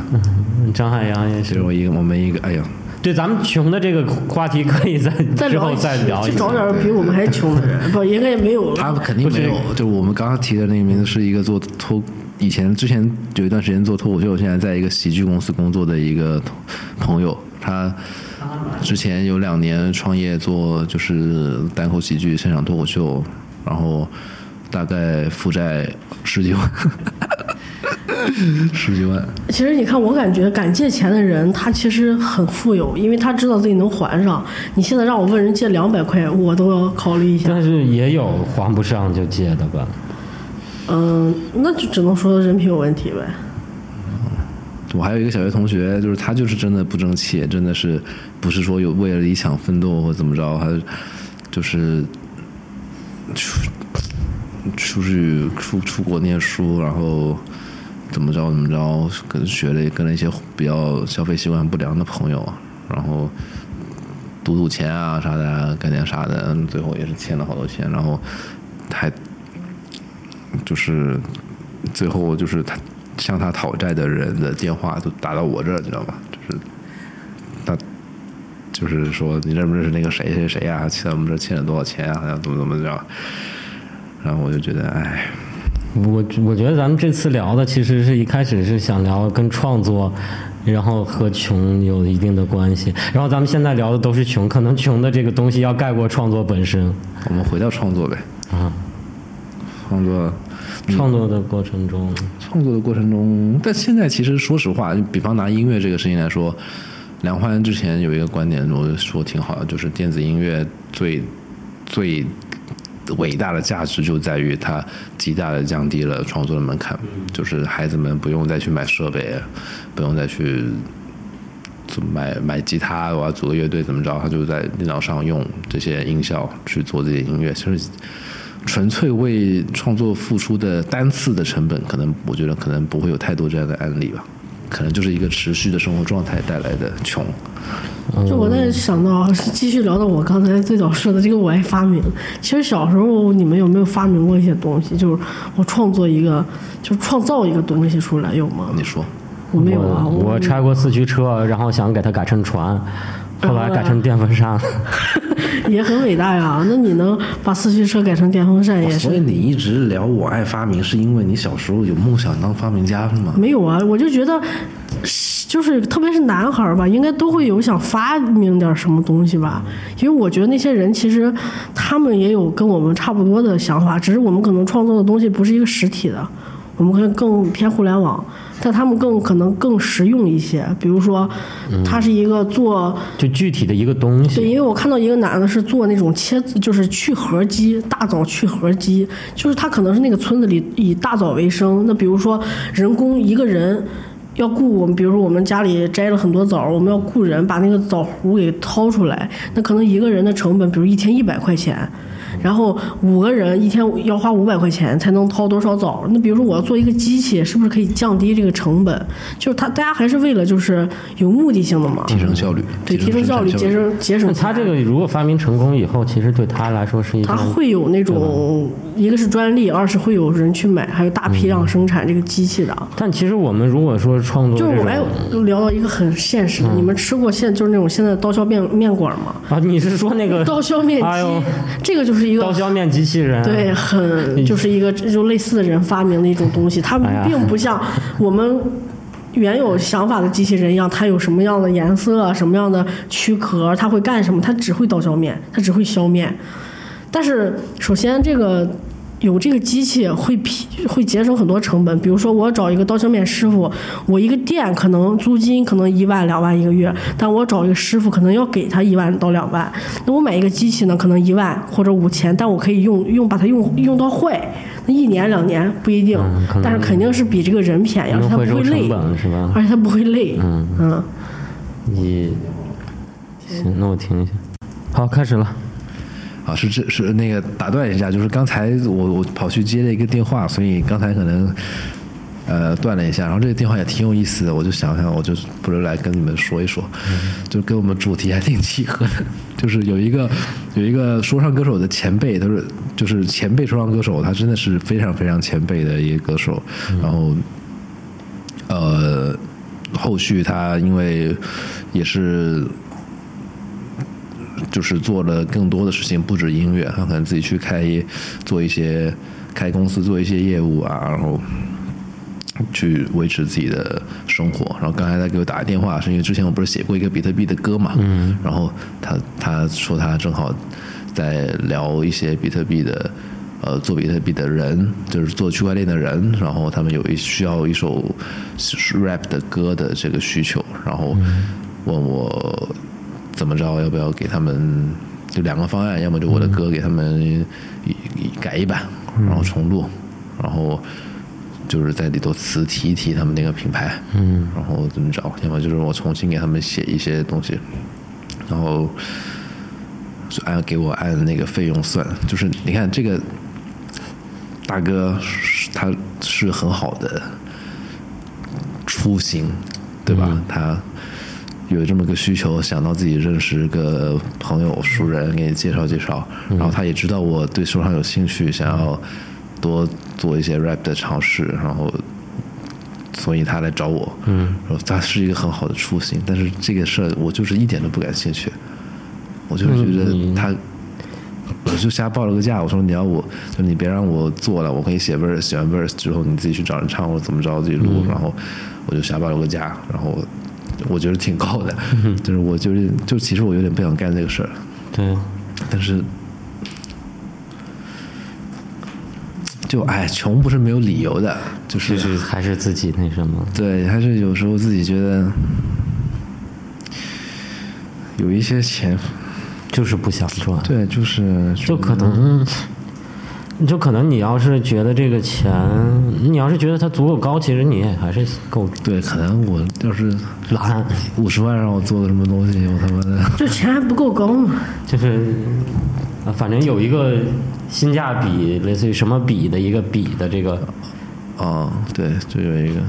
[SPEAKER 3] 张海洋也
[SPEAKER 1] 其
[SPEAKER 3] 是，
[SPEAKER 1] 实我一个我们一个，哎呀，
[SPEAKER 3] 对咱们穷的这个话题可以在
[SPEAKER 2] 再
[SPEAKER 3] 之后
[SPEAKER 2] 一期
[SPEAKER 3] 再聊一
[SPEAKER 2] 去
[SPEAKER 3] 下啊
[SPEAKER 2] 找。点儿比我们还穷的人，不，应该也没有了。
[SPEAKER 1] 他们肯定没
[SPEAKER 3] 不
[SPEAKER 1] 有。就我们刚刚提的那个名字是一个做脱，以前之前有一段时间做脱口秀，现在在一个喜剧公司工作的一个同朋友，他之前有两年创业做就是单口喜剧、现场脱口秀，然后大概负债十几万， *laughs* 十几万。
[SPEAKER 2] 其实你看，我感觉敢借钱的人，他其实很富有，因为他知道自己能还上。你现在让我问人借两百块，我都要考虑一下。
[SPEAKER 3] 但是也有还不上就借的吧，
[SPEAKER 2] 嗯，那就只能说人品有问题呗。
[SPEAKER 1] 我还有一个小学同学，就是他就是真的不争气，真的是不是说有为了理想奋斗或怎么着，他就是出出去出出国念书，然后怎么着怎么着，跟学了跟了一些比较消费习惯不良的朋友，然后赌赌钱啊啥的啊，干点啥的，最后也是欠了好多钱，然后还就是最后就是他向他讨债的人的电话都打到我这儿，你知道吗？就是他就是说你认不认识那个谁谁谁啊，欠我们这儿欠了多少钱啊，怎么怎么着。然后我就觉得，哎，
[SPEAKER 3] 我我觉得咱们这次聊的其实是一开始是想聊跟创作，然后和穷有一定的关系，然后咱们现在聊的都是穷，可能穷的这个东西要盖过创作本身
[SPEAKER 1] 我们回到创作呗。
[SPEAKER 3] 啊。
[SPEAKER 1] 创作，
[SPEAKER 3] 创作的过程中，
[SPEAKER 2] 嗯
[SPEAKER 1] 创作的过程中，但现在其实说实话，就比方拿音乐这个事情来说，梁欢之前有一个观点，我说挺好的，就是电子音乐最最伟大的价值就在于它极大的降低了创作的门槛，就是孩子们不用再去买设备，不用再去怎么买买吉他，我要组个乐队怎么着，他就在电脑上用这些音效去做自己的音乐，其实。纯粹为创作付出的单次的成本，可能我觉得可能不会有太多这样的案例吧，可能就是一个持续的生活状态带来的穷。
[SPEAKER 3] 嗯
[SPEAKER 2] 就我在想到，继续聊到我刚才最早说的这个我爱发明。其实小时候你们有没有发明过一些东西？就是我创作一个，就是创造一个东西出来，有吗？
[SPEAKER 1] 你说，
[SPEAKER 2] 我啊没有啊，
[SPEAKER 3] 我我拆过四驱车，然后想给它改成船，后来改成电风扇
[SPEAKER 2] *laughs*
[SPEAKER 3] 了。
[SPEAKER 2] 也很伟大呀。那你能把四驱车改成电风扇，也
[SPEAKER 5] 所以
[SPEAKER 2] 是
[SPEAKER 5] 你一直聊我爱发明，是因为你小时候有梦想当发明家是吗？
[SPEAKER 2] 没有啊。我就觉得，是就是特别是男孩儿吧，应该都会有想发明点儿什么东西吧。因为我觉得那些人其实他们也有跟我们差不多的想法，只是我们可能创作的东西不是一个实体的，我们可能更偏互联网。但他们更可能更实用一些，比如说，他是一个做
[SPEAKER 3] 就具体的一个东
[SPEAKER 2] 对，
[SPEAKER 3] 西，
[SPEAKER 2] 因为我看到一个男的是做那种切，就是去核机，大枣去核机，就是他可能是那个村子里以大枣为生。那比如说人工一个人要雇我们，比如说我们家里摘了很多枣，我们要雇人把那个枣核给掏出来，那可能一个人的成本，比如一天一百块钱。然后五个人一天要花五百块钱才能掏多少枣？那比如说我要做一个机器，是不是可以降低这个成本？就是他大家还是为了就是有目的性的嘛，
[SPEAKER 1] 提升效率，
[SPEAKER 2] 对，提
[SPEAKER 1] 生
[SPEAKER 2] 升效率，
[SPEAKER 1] 产
[SPEAKER 2] 节省节省
[SPEAKER 3] 那
[SPEAKER 2] 钱。
[SPEAKER 3] 他这个如果发明成功以后，其实对他来说是一
[SPEAKER 2] 它
[SPEAKER 3] 件
[SPEAKER 2] 会有那种，一个是专利，二是会有人去买，还有大批
[SPEAKER 3] 嗯
[SPEAKER 2] 量生产这个机器的。啊
[SPEAKER 3] 但其实我们如果说创作
[SPEAKER 2] 就
[SPEAKER 3] 这
[SPEAKER 2] 是我
[SPEAKER 3] 种嗯
[SPEAKER 2] 还有聊到一个很现实的，你们吃过现就是那种现在刀削面面馆吗？
[SPEAKER 3] 啊，你是说那个
[SPEAKER 2] 刀削面
[SPEAKER 3] 哎呦
[SPEAKER 2] 机，这个就是一个
[SPEAKER 3] 刀削面机器人？
[SPEAKER 2] 对，很就是一个就类似的人发明的一种东西，它
[SPEAKER 3] 哎呀
[SPEAKER 2] 并不
[SPEAKER 3] *laughs*
[SPEAKER 2] 像我们原有想法的机器人一样，它有什么样的颜色、啊什么样的躯壳，它会干什么，它只会刀削面，它只会削面。但是首先这个。有这个机器会匹会节省很多成本，比如说我找一个刀削面师傅，我一个店可能租金可能一万两万一个月，但我找一个师傅可能要给他一万到两万，那我买一个机器呢，可能一万或者五千，但我可以用用把它用用到坏，那一年两年不一定，
[SPEAKER 3] 嗯可能
[SPEAKER 2] 但是肯定是比这个人便宜，而且哎
[SPEAKER 3] 能
[SPEAKER 2] 它不
[SPEAKER 3] 回
[SPEAKER 2] 会
[SPEAKER 3] 收成
[SPEAKER 2] 累，
[SPEAKER 3] 本是吧？
[SPEAKER 2] 而且它不会累，嗯
[SPEAKER 3] 你行，那我听一下。好，开始了。
[SPEAKER 1] 啊，是这是那个打断一下，就是刚才我我跑去接了一个电话，所以刚才可能呃断了一下，然后这个电话也挺有意思的，我就想想，我就不如来跟你们说一说，就跟我们主题还挺契合的，就是有一个有一个说唱歌手的前辈，他是就是前辈说唱歌手，他真的是非常非常前辈的一个歌手，然后呃后续他因为也是就是做了更多的事情，不止音乐，他可能自己去开业做一些开公司做一些业务啊，然后去维持自己的生活。然后刚才他给我打电话，是因为之前我不是写过一个比特币的歌嘛，嗯，然后他他说他正好在聊一些比特币的。呃，做比特币的人就是做区块链的人，然后他们有一需要一首 rap 的歌的这个需求，然后问我怎么着，要不要给他们就两个方案，要么就我的歌给他们一一改一版，然后重录，然后就是在里头词提一提他们那个品牌，嗯，然后怎么着，要么就是我重新给他们写一些东西，然后就按给我按那个费用算，就是你看这个大哥是他是很好的出行，对吧？他有这么个需求，想到自己认识个朋友、熟人，给你介绍介绍。然后他也知道我对说唱有兴趣，想要多做一些 rap 的尝试，然后所以他来找我。嗯，他是一个很好的出行，但是这个事儿我就是一点都不感兴趣，我就是觉得他。我就瞎报了个价，我说你要我，就你别让我做了，我可以写 verse，写完 verse 之后你自己去找人唱或者怎么着自己录，
[SPEAKER 3] 嗯
[SPEAKER 1] 然后我就瞎报了个价，然后我觉得挺高的，
[SPEAKER 3] 嗯
[SPEAKER 1] 就是我就是就其实我有点不想干这个事儿，
[SPEAKER 3] 对，
[SPEAKER 1] 但是就哎，穷不是没有理由的，就是
[SPEAKER 3] 就是还是自己那什么。
[SPEAKER 1] 对，还是有时候自己觉得有一些钱，
[SPEAKER 3] 就是不想赚，
[SPEAKER 1] 对，就是
[SPEAKER 3] 就可能嗯就可能你要是觉得这个钱，你要是觉得它足够高，其实你也还是够
[SPEAKER 1] 对，可能我要是
[SPEAKER 3] 懒，
[SPEAKER 1] 五十万让我做个什么东西，我他妈的
[SPEAKER 2] 就钱还不够高嘛。
[SPEAKER 3] 就是呃反正有一个性价比，类似于什么比的一个比的这个
[SPEAKER 1] 啊、对，就有一个。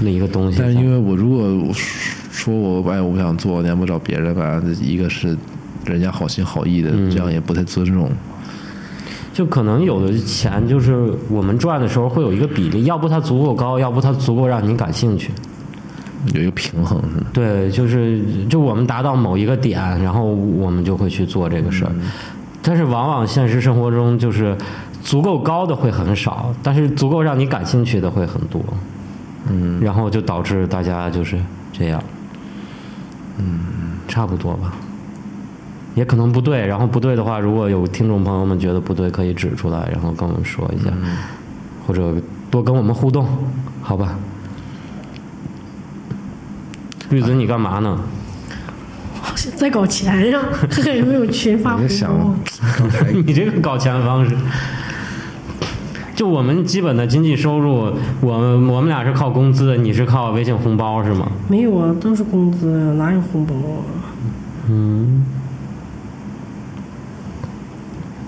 [SPEAKER 3] 那一个东西。
[SPEAKER 1] 但是因为我如果我说我哎我不想做，你要不找别人吧？这一个是人家好心好意的，这样也不太尊重。
[SPEAKER 3] 就可能有的钱就是我们赚的时候会有一个比例，要不它足够高，要不它足够让你感兴趣。
[SPEAKER 1] 有一个平衡是吗？
[SPEAKER 3] 对，就是就我们达到某一个点，然后我们就会去做这个事儿。但是往往现实生活中就是足够高的会很少，但是足够让你感兴趣的会很多。嗯，然后就导致大家就是这样。嗯，差不多吧。也可能不对，然后不对的话，如果有听众朋友们觉得不对，可以指出来，然后跟我们说一下，或者多跟我们互动，好吧？绿子，你干嘛呢？
[SPEAKER 2] 在搞钱 *laughs* 呀，看看有没有群发
[SPEAKER 1] 我
[SPEAKER 2] 红
[SPEAKER 1] 在想
[SPEAKER 2] 包。
[SPEAKER 3] *laughs* 你这个搞钱方式，就我们基本的经济收入，我们我们俩是靠工资，你是靠微信红包是吗？
[SPEAKER 2] 没有啊，都是工资，哪有红包啊？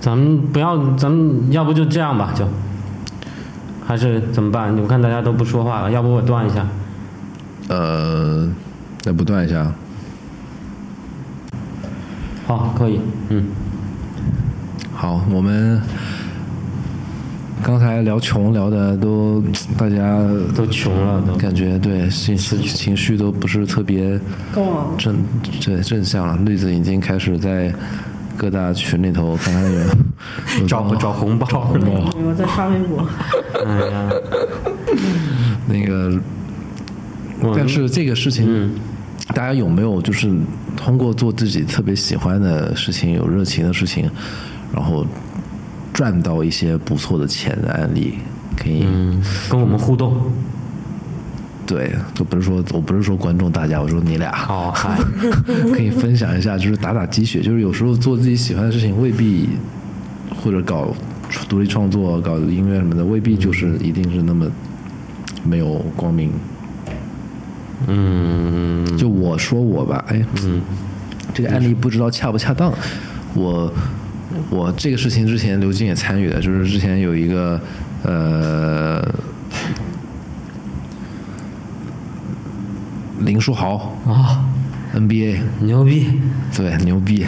[SPEAKER 3] 咱们不要，咱们要不就这样吧，就还是怎么办？我看大家都不说话了，要不我断一下？
[SPEAKER 1] 呃，再不断一下，
[SPEAKER 3] 好，可以，嗯，
[SPEAKER 1] 好，我们刚才聊穷聊的都大家
[SPEAKER 3] 都穷了都。
[SPEAKER 1] 感觉对情绪情绪都不是特别
[SPEAKER 2] 高昂。
[SPEAKER 1] 正对正向了，绿子已经开始在各大群里头看看嗯有有
[SPEAKER 3] *laughs* 找找红包，红包。
[SPEAKER 2] 我在刷微博， *laughs*
[SPEAKER 3] 哎呀，
[SPEAKER 1] 那个
[SPEAKER 3] 我
[SPEAKER 1] 但是这个事情，
[SPEAKER 3] 嗯
[SPEAKER 1] 大家有没有就是通过做自己特别喜欢的事情、有热情的事情，然后赚到一些不错的钱的案例？可以，
[SPEAKER 3] 嗯，跟我们互动。
[SPEAKER 1] 对，就不是说我不是说观众大家，我说你俩
[SPEAKER 3] 好，嗨，
[SPEAKER 1] 可以分享一下，就是打打鸡血，就是有时候做自己喜欢的事情未必或者搞独立创作、搞音乐什么的，未必就是一定是那么没有光明。
[SPEAKER 3] 嗯，
[SPEAKER 1] 就我说我吧，哎，这个案例不知道恰不恰当。我我这个事情之前刘静也参与了，就是之前有一个呃林书豪
[SPEAKER 3] 啊，
[SPEAKER 1] NBA
[SPEAKER 3] 牛逼。
[SPEAKER 1] 对牛逼，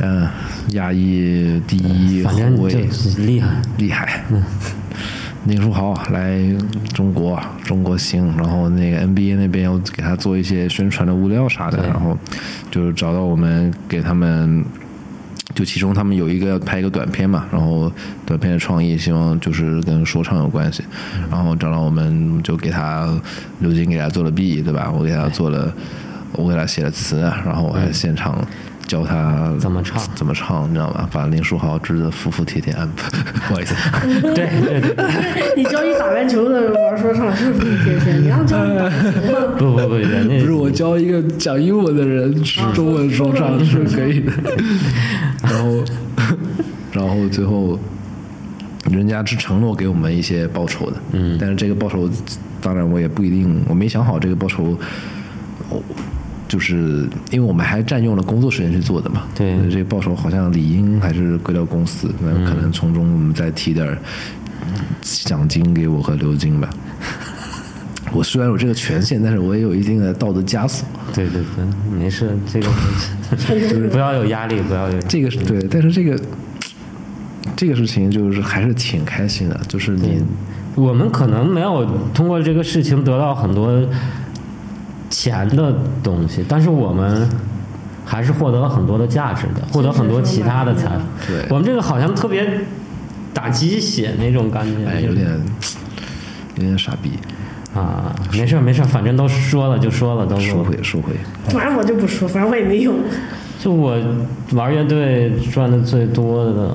[SPEAKER 1] 嗯、亚裔第一
[SPEAKER 3] 呃反
[SPEAKER 1] 后
[SPEAKER 3] 正
[SPEAKER 1] 卫
[SPEAKER 3] 这嗯是厉害，
[SPEAKER 1] 厉害，林书豪啊来中国，中国行，然后那个 NBA 那边要给他做一些宣传的物料啥的，
[SPEAKER 3] 对
[SPEAKER 1] 然后就是找到我们给他们。就其中他们有一个要拍一个短片嘛，然后短片的创意希望就是跟说唱有关系，然后找到我们就给他刘金给他做了 B 对吧？我给他做了，我给他写了词，啊然后我还现场教他
[SPEAKER 3] 怎么唱
[SPEAKER 1] 怎么唱，你知道吧？把林书豪治的服服帖帖，啊不 *laughs* 不好意思，
[SPEAKER 3] 对对对，
[SPEAKER 2] 你教你打篮球的玩说唱是不是贴贴？你让教你打篮球吗？
[SPEAKER 3] 不不不，人家
[SPEAKER 1] 不是我教一个讲英文的人中文说唱是可以的，然后 *laughs* 然后最后人家是承诺给我们一些报酬的，嗯，但是这个报酬当然我也不一定，我没想好这个报酬，我就是因为我们还占用了工作时间去做的嘛，
[SPEAKER 3] 对
[SPEAKER 1] 所以这个报酬好像理应还是归到公司，那可能从中我们再提点儿奖金给我和刘晶吧。我虽然有这个权限，但是我也有一定的道德枷锁。
[SPEAKER 3] 对对对，没事，这个就是不要有压力，不要有压力。
[SPEAKER 1] 这个是对，但是这个这个事情就是还是挺开心的，就是你
[SPEAKER 3] 我们可能没有通过这个事情得到很多钱的东西，但是我们还是获得了很多的价值的，获得很多其他的财富。
[SPEAKER 1] 对
[SPEAKER 3] 我们这个好像特别打鸡血那种感觉，
[SPEAKER 1] 哎有点有点傻逼。
[SPEAKER 3] 啊，没事儿没事儿，反正都说了就说了，都
[SPEAKER 1] 收回收回，
[SPEAKER 2] 反正我就不说，反正我也没有。
[SPEAKER 3] 就我玩乐队赚的最多的，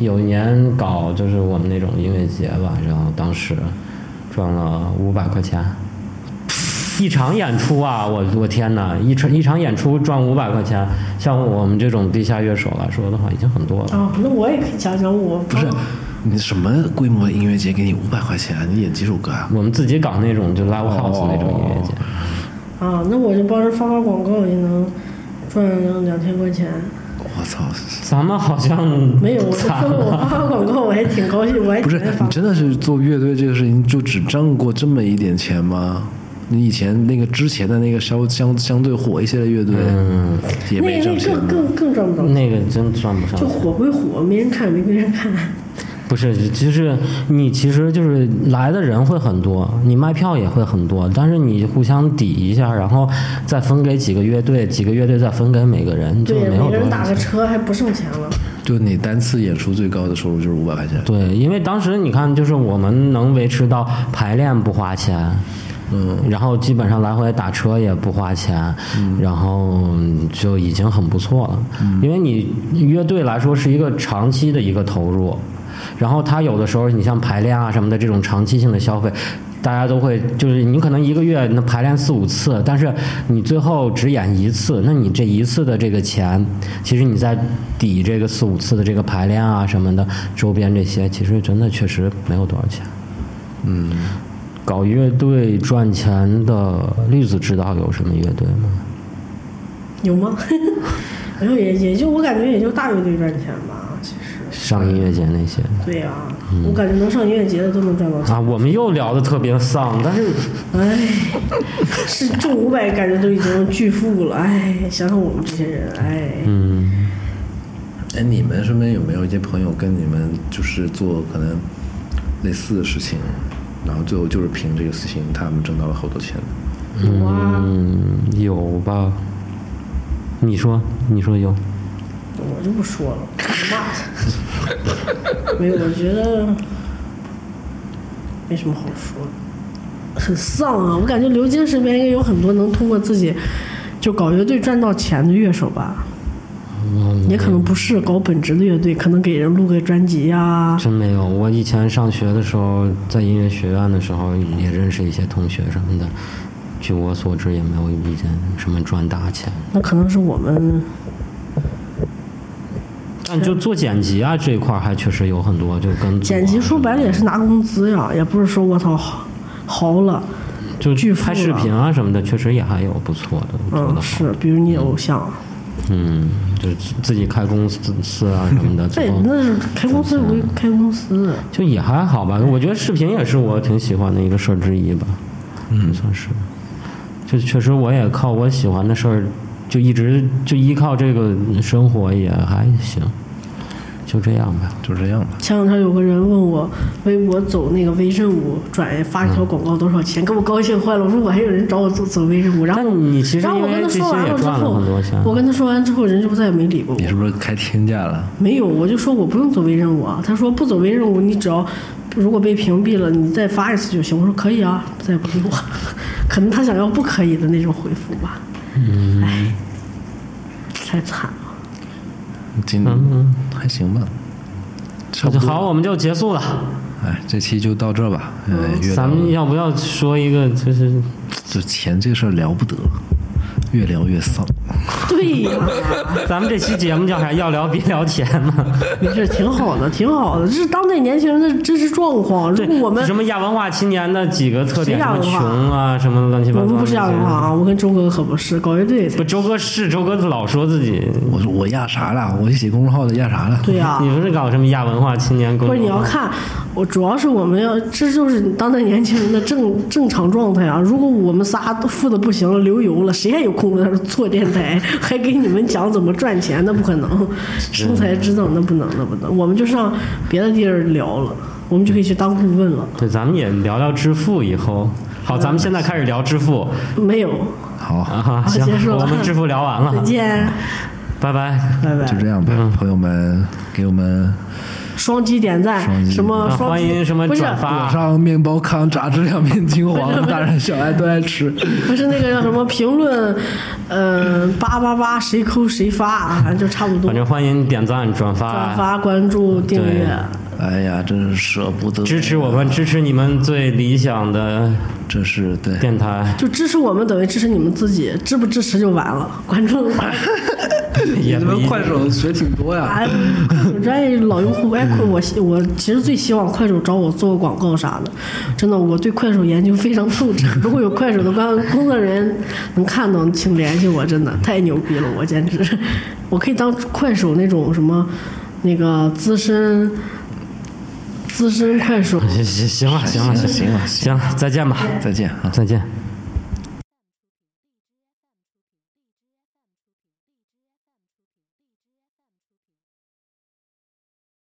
[SPEAKER 3] 有一年搞就是我们那种音乐节吧，然后当时赚了五百块钱，一场演出啊，我我天哪，一场一场演出赚五百块钱，像我们这种地下乐手来说的话，已经很多了。
[SPEAKER 2] 啊，那我也可以讲讲我。
[SPEAKER 1] 不
[SPEAKER 2] 不
[SPEAKER 1] 是你什么规模的音乐节给你五百块钱、你演几首歌啊？
[SPEAKER 3] 我们自己搞那种就 live house 那种音乐节，
[SPEAKER 2] 啊，那我就帮人发发广告也能赚两千块钱。
[SPEAKER 1] 我操！
[SPEAKER 3] 咱们好像
[SPEAKER 2] 没有，我就
[SPEAKER 3] 惨
[SPEAKER 2] 说我
[SPEAKER 3] 了。
[SPEAKER 2] 发发广告，我还挺高兴，我还
[SPEAKER 1] 不
[SPEAKER 2] 挺
[SPEAKER 1] 是
[SPEAKER 2] 爱发
[SPEAKER 1] 你。真的是做乐队这个事情就只挣过这么一点钱吗？你以前那个之前的那个相相相对火一些的乐队，嗯，也
[SPEAKER 2] 那
[SPEAKER 1] 没挣
[SPEAKER 2] 那
[SPEAKER 1] 钱嗯
[SPEAKER 2] 更
[SPEAKER 1] 吗？
[SPEAKER 2] 更更赚不着，
[SPEAKER 3] 那个真算不上
[SPEAKER 2] 就，火归火，没人看没没人看。
[SPEAKER 3] 不是，就是你其实就是来的人会很多，你卖票也会很多，但是你互相抵一下，然后再分给几个乐队，几个乐队再分给每个人，就
[SPEAKER 2] 对，
[SPEAKER 3] 没有
[SPEAKER 2] 每个
[SPEAKER 3] 多
[SPEAKER 2] 人
[SPEAKER 3] 少
[SPEAKER 2] 打个
[SPEAKER 3] 钱。
[SPEAKER 2] 车还不剩钱了。
[SPEAKER 1] 就你单次演出最高的收入就是五百块钱，
[SPEAKER 3] 对，因为当时你看，就是我们能维持到排练不花钱，嗯，然后基本上来回打车也不花钱，
[SPEAKER 2] 嗯
[SPEAKER 3] 然后就已经很不错了。因为你乐队来说是一个长期的一个投入，然后它有的时候你像排练啊什么的这种长期性的消费。大家都会，就是你可能一个月能排练四五次，但是你最后只演一次，那你这一次的这个钱，其实你在抵这个四五次的这个排练啊什么的周边这些，其实真的确实没有多少钱。嗯，搞乐队赚钱的，栗子知道有什么乐队吗？
[SPEAKER 2] 有吗？ *laughs* 然后也也就我感觉也就大乐队赚钱吧，其实。
[SPEAKER 3] 上音乐节那些
[SPEAKER 2] 对呀、
[SPEAKER 3] 嗯
[SPEAKER 2] 我感觉能上音乐节的都能赚到钱。
[SPEAKER 3] 啊，我们又聊得特别丧，但是嗯
[SPEAKER 2] 哎，是中五百感觉都已经巨富了。哎，想想我们这些人，哎，
[SPEAKER 3] 嗯
[SPEAKER 1] 哎，你们身边有没有一些朋友跟你们就是做可能类似的事情，然后最后就是凭这个事情他们挣到了好多钱？
[SPEAKER 2] 有啊，
[SPEAKER 3] 嗯，有吧？你说，你说有？
[SPEAKER 2] 我就不说了，我骂他。 *laughs* 没有，我觉得没什么好说的，很丧啊。我感觉刘晶身边应该有很多能通过自己就搞乐队赚到钱的乐手吧。嗯也可能不是搞本职的乐队，可能给人录个专辑呀、
[SPEAKER 3] 真没有，我以前上学的时候，在音乐学院的时候也认识一些同学什么的，据我所知也没有遇见什么赚大钱。
[SPEAKER 2] 那可能是我们
[SPEAKER 3] 但就做剪辑啊这一块儿，还确实有很多就跟
[SPEAKER 2] 剪辑说白了嗯也是拿工资呀，也不是说我操豪豪了，
[SPEAKER 3] 就
[SPEAKER 2] 巨富
[SPEAKER 3] 拍视
[SPEAKER 2] 了
[SPEAKER 3] 频啊什么的，确实也还有不错的，做
[SPEAKER 2] 嗯，
[SPEAKER 3] 的好。
[SPEAKER 2] 是，比如你偶像，
[SPEAKER 3] 嗯，就是自己开公司啊什么的，
[SPEAKER 2] 这
[SPEAKER 3] 最后
[SPEAKER 2] 那是开公司归开公司，
[SPEAKER 3] 就也还好吧。我觉得视频也是我挺喜欢的一个事儿之一吧，嗯，算是。就确实我也靠我喜欢的事儿，就一直就依靠这个生活也还行，就这样吧。
[SPEAKER 1] 就这样吧。
[SPEAKER 2] 前两天有个人问我微博走那个微任务转发一条广告多少钱，给我高兴坏了。我说我还有人找我做走微任务，然后
[SPEAKER 3] 但你其实
[SPEAKER 2] 然后
[SPEAKER 3] 因
[SPEAKER 2] 我
[SPEAKER 3] 为
[SPEAKER 2] 跟
[SPEAKER 3] 这
[SPEAKER 2] 他
[SPEAKER 3] 些
[SPEAKER 2] 说完
[SPEAKER 3] 也
[SPEAKER 2] 了之
[SPEAKER 3] 赚了
[SPEAKER 2] 后
[SPEAKER 3] 很多钱，，
[SPEAKER 2] 我跟他说完之后，人就再也没理过我
[SPEAKER 1] 你。是不是开天价了？
[SPEAKER 2] 没有，我就说我不用走微任务啊。他说不走微任务，你只要如果被屏蔽了，你再发一次就行。我说可以啊，再也不理我。 *laughs* 可能他想要不可以的那种回复吧。唉，太惨了。
[SPEAKER 1] 今
[SPEAKER 3] 嗯
[SPEAKER 1] 还行吧，差
[SPEAKER 3] 那
[SPEAKER 1] 不
[SPEAKER 3] 就
[SPEAKER 1] 多。
[SPEAKER 3] 好，我们就结束了。
[SPEAKER 1] 哎，这期就到这儿吧。哎，越
[SPEAKER 3] 嗯咱
[SPEAKER 1] 聊
[SPEAKER 3] 们要不要说一个就是？
[SPEAKER 1] 就钱这事儿聊不得，越聊越丧。
[SPEAKER 2] 对呀、
[SPEAKER 3] 咱们这期节目叫啥？要聊别聊钱嘛。
[SPEAKER 2] 没事，挺好的，挺好的。这是当代年轻人的真实状况。如
[SPEAKER 3] 对
[SPEAKER 2] 果，我们
[SPEAKER 3] 什么亚文化青年的几个特点，
[SPEAKER 2] 谁
[SPEAKER 3] 什
[SPEAKER 2] 亚
[SPEAKER 3] 么
[SPEAKER 2] 文化
[SPEAKER 3] 穷啊，什么乱七八
[SPEAKER 2] 我
[SPEAKER 3] 糟。
[SPEAKER 2] 们不是这样的话啊，我跟周哥可不是搞乐队
[SPEAKER 3] 不，
[SPEAKER 2] 的。
[SPEAKER 3] 周哥是周哥老说自己，
[SPEAKER 1] 我说我压啥了？我写公众号的压啥了？
[SPEAKER 2] 对呀、
[SPEAKER 3] 你不是搞什么亚文化青年工
[SPEAKER 2] 啊不
[SPEAKER 3] 作
[SPEAKER 2] 是
[SPEAKER 3] 吗？
[SPEAKER 2] 你要看，我主要是我们要，这就是当代年轻人的正正常状态啊！如果我们仨都富的不行了，流油了，谁还有空在那儿做电台，还给你们讲怎么赚钱？那不可
[SPEAKER 3] 嗯
[SPEAKER 2] 能， *laughs* 生财之道那不能，那不能。我们就上别的地儿聊了，我们就可以去当顾问了。
[SPEAKER 3] 对，咱们也聊聊致富以后。好，咱们现在开始聊致富
[SPEAKER 2] 没有，
[SPEAKER 1] 好，
[SPEAKER 3] 啊！行
[SPEAKER 2] 结束，了
[SPEAKER 3] 我们致富聊完
[SPEAKER 2] 再
[SPEAKER 3] 了，
[SPEAKER 2] 见，
[SPEAKER 3] 拜拜。
[SPEAKER 2] 拜拜。
[SPEAKER 1] 就这样吧，
[SPEAKER 3] 嗯
[SPEAKER 1] 朋友们，给我们
[SPEAKER 2] 双击点赞，什么
[SPEAKER 3] 啊
[SPEAKER 2] 双
[SPEAKER 3] 欢
[SPEAKER 2] 击
[SPEAKER 3] 迎什么
[SPEAKER 2] 不是
[SPEAKER 3] 转
[SPEAKER 1] 我
[SPEAKER 3] 发，
[SPEAKER 1] 上面包糠炸至两面金
[SPEAKER 3] *laughs*
[SPEAKER 1] 黄，大人小爱都爱吃。
[SPEAKER 2] 不是那个叫什么评论，呃，八八八谁扣谁发啊，反正就差不多
[SPEAKER 3] 反。正欢迎点赞、
[SPEAKER 2] 转
[SPEAKER 3] 转发，
[SPEAKER 2] 发、关注、订阅，
[SPEAKER 1] 哎呀，真是舍不得，
[SPEAKER 3] 支持我们，支持你们最理想的
[SPEAKER 1] 这是对。
[SPEAKER 3] 电台。
[SPEAKER 2] 就支持我们，等于支持你们自己，支不支持就完了。观众，
[SPEAKER 1] *laughs*
[SPEAKER 3] 也
[SPEAKER 1] 你
[SPEAKER 3] 不一
[SPEAKER 1] 们
[SPEAKER 3] 定
[SPEAKER 1] 快
[SPEAKER 3] *laughs*
[SPEAKER 1] 手学挺多呀，
[SPEAKER 2] 哎，我专业老用户，哎，快我希我其实最希望快手找我做个广告啥的，真的，我对快手研究非常透彻。如果有快手的关工作人员能看到，请联系我，真的太牛逼了，我简直， *laughs* 我可以当快手那种什么那个资深资深快手。
[SPEAKER 3] 行行行了，行了，行了，行了，再见吧，
[SPEAKER 6] 再见啊。
[SPEAKER 3] 再见。